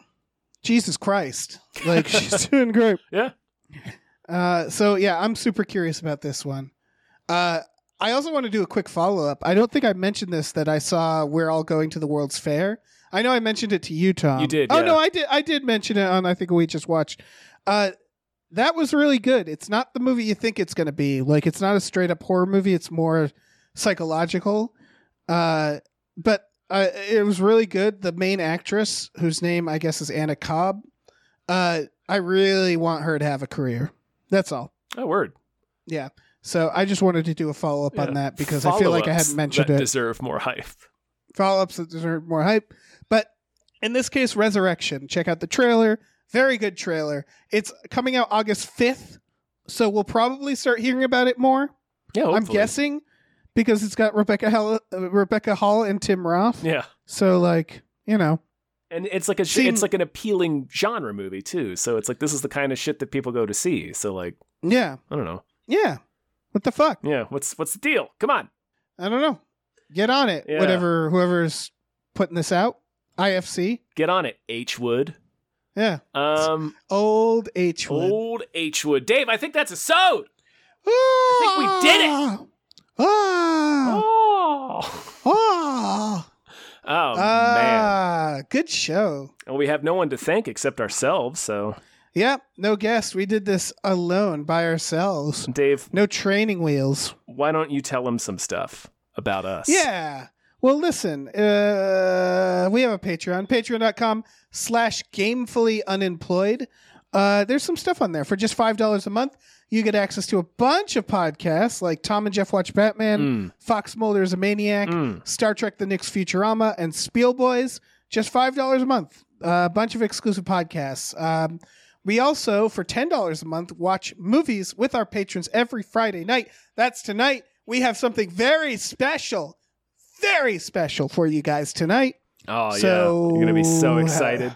S3: Jesus Christ, like
S1: *laughs*
S3: she's doing great.
S1: Yeah.
S3: Uh, so yeah, I'm super curious about this one. Uh, I also want to do a quick follow up. I don't think I mentioned this that I saw we're all going to the World's Fair. I know I mentioned it to you, Tom.
S1: You did,
S3: Oh
S1: yeah.
S3: no, I did. I did mention it on. I think we just watched. Uh, that was really good. It's not the movie you think it's going to be. Like it's not a straight up horror movie. It's more psychological. Uh, but uh, it was really good. The main actress, whose name I guess is Anna Cobb, uh, I really want her to have a career. That's all.
S1: Oh, word.
S3: Yeah. So I just wanted to do a follow up on
S1: Yeah.
S3: that because I feel like I
S1: Follow-ups
S3: hadn't mentioned
S1: that
S3: it.
S1: Deserve more hype.
S3: follow ups that deserve more hype. But in this case, Resurrection. Check out the trailer. Very good trailer. It's coming out August 5th. So we'll probably start hearing about it more.
S1: Yeah,
S3: I'm
S1: hopefully.
S3: guessing because it's got Rebecca Hall, uh, Rebecca Hall and Tim Roth.
S1: Yeah.
S3: So, like, you know,
S1: and it's like a
S3: Seem-
S1: it's like an appealing genre movie too. So it's like this is the kind of shit that people go to see. So like
S3: yeah.
S1: I don't know.
S3: Yeah. What the fuck?
S1: Yeah, what's what's the deal? Come on.
S3: I don't know. Get on it.
S1: Yeah.
S3: Whatever, whoever's putting this out. IFC.
S1: Get on it, H Wood.
S3: Yeah.
S1: Um
S3: Old H. Wood.
S1: old H Wood. Dave, I think that's a sode.
S3: I
S1: think we did
S3: it. Ah,
S1: Oh,
S3: ah,
S1: oh man.
S3: ah, good show.
S1: And we have no one to thank except ourselves, so
S3: Yep, no guest. We did this alone by ourselves.
S1: Dave,
S3: No training wheels.
S1: why don't you tell him some stuff about us?
S3: Yeah. Well, listen, uh, we have a Patreon, patreon.com slash gamefully unemployed. Uh, there's some stuff on there. For just $5 a month, you get access to a bunch of podcasts like Tom and Jeff Watch Batman,
S1: Mm,
S3: Fox Mulder is a Maniac,
S1: mm.
S3: Star Trek The Next Futurama, and Spielboys, just $5 a month. a bunch of exclusive podcasts. Um, we also, for $10 a month, watch movies with our patrons every Friday night. That's tonight. We have something very special, very special for you guys tonight.
S1: Oh
S3: So- *laughs* uh,
S1: yeah. You're gonna be so excited.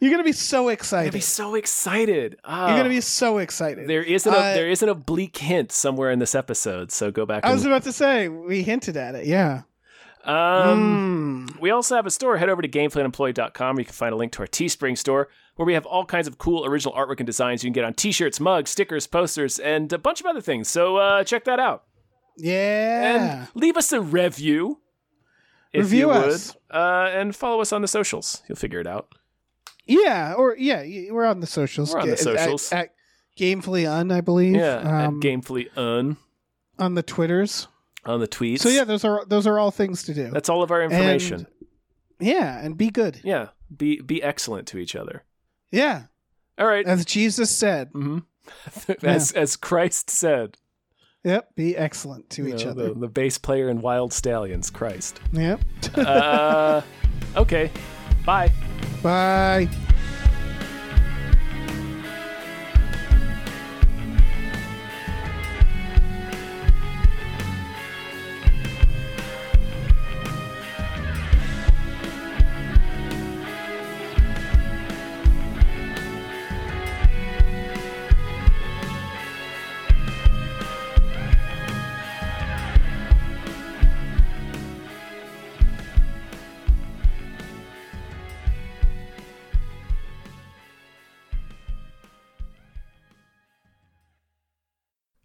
S3: You're going to be so
S1: You're gonna
S3: excited.
S1: be so excited. Oh.
S3: You're going to be so excited.
S1: There isn't a
S3: Uh,
S1: there is an oblique hint somewhere in this episode, so go back.
S3: I was
S1: And,
S3: about to say, we hinted at it. Yeah.
S1: um,
S3: Mm.
S1: We also have a store. Head over to gameplanemployee.com where you can find a link to our Teespring store where we have all kinds of cool original artwork and designs you can get on t-shirts, mugs, stickers, posters, and a bunch of other things. So uh, check that out.
S3: Yeah.
S1: And leave us a review. If
S3: Review
S1: you would.
S3: us.
S1: Uh, and follow us on the socials. You'll figure it out.
S3: Yeah, or yeah, y- we're on the socials.
S1: We're on the
S3: At-
S1: socials.
S3: at, at Gamefully Un, I believe.
S1: Yeah.
S3: um,
S1: at Gamefully Un
S3: on the Twitters.
S1: on the tweets.
S3: So yeah, those are those are all things to do.
S1: That's all of our information.
S3: yeah, and be good.
S1: yeah. Be be excellent to each other.
S3: Yeah,
S1: All right.
S3: as Jesus said.
S1: hmm as as Christ said,
S3: Yep, be excellent to
S1: you
S3: each
S1: know,
S3: other.
S1: the, the bass player in Wild Stallions, Christ.
S3: Yep. *laughs*
S1: Uh, okay, bye.
S3: Bye.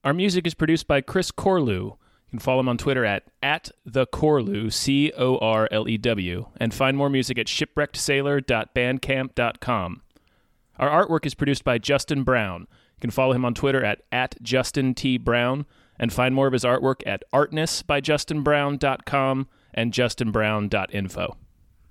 S4: Our music is produced by Chris Corlew. You can follow him on Twitter at, at the Corlew, C O R L E W, and find more music at shipwreckedsailor.bandcamp.com. Our artwork is produced by Justin Brown. You can follow him on Twitter at, at Justin T. Brown, and find more of his artwork at artnessbyjustinbrown.com and justinbrown.info.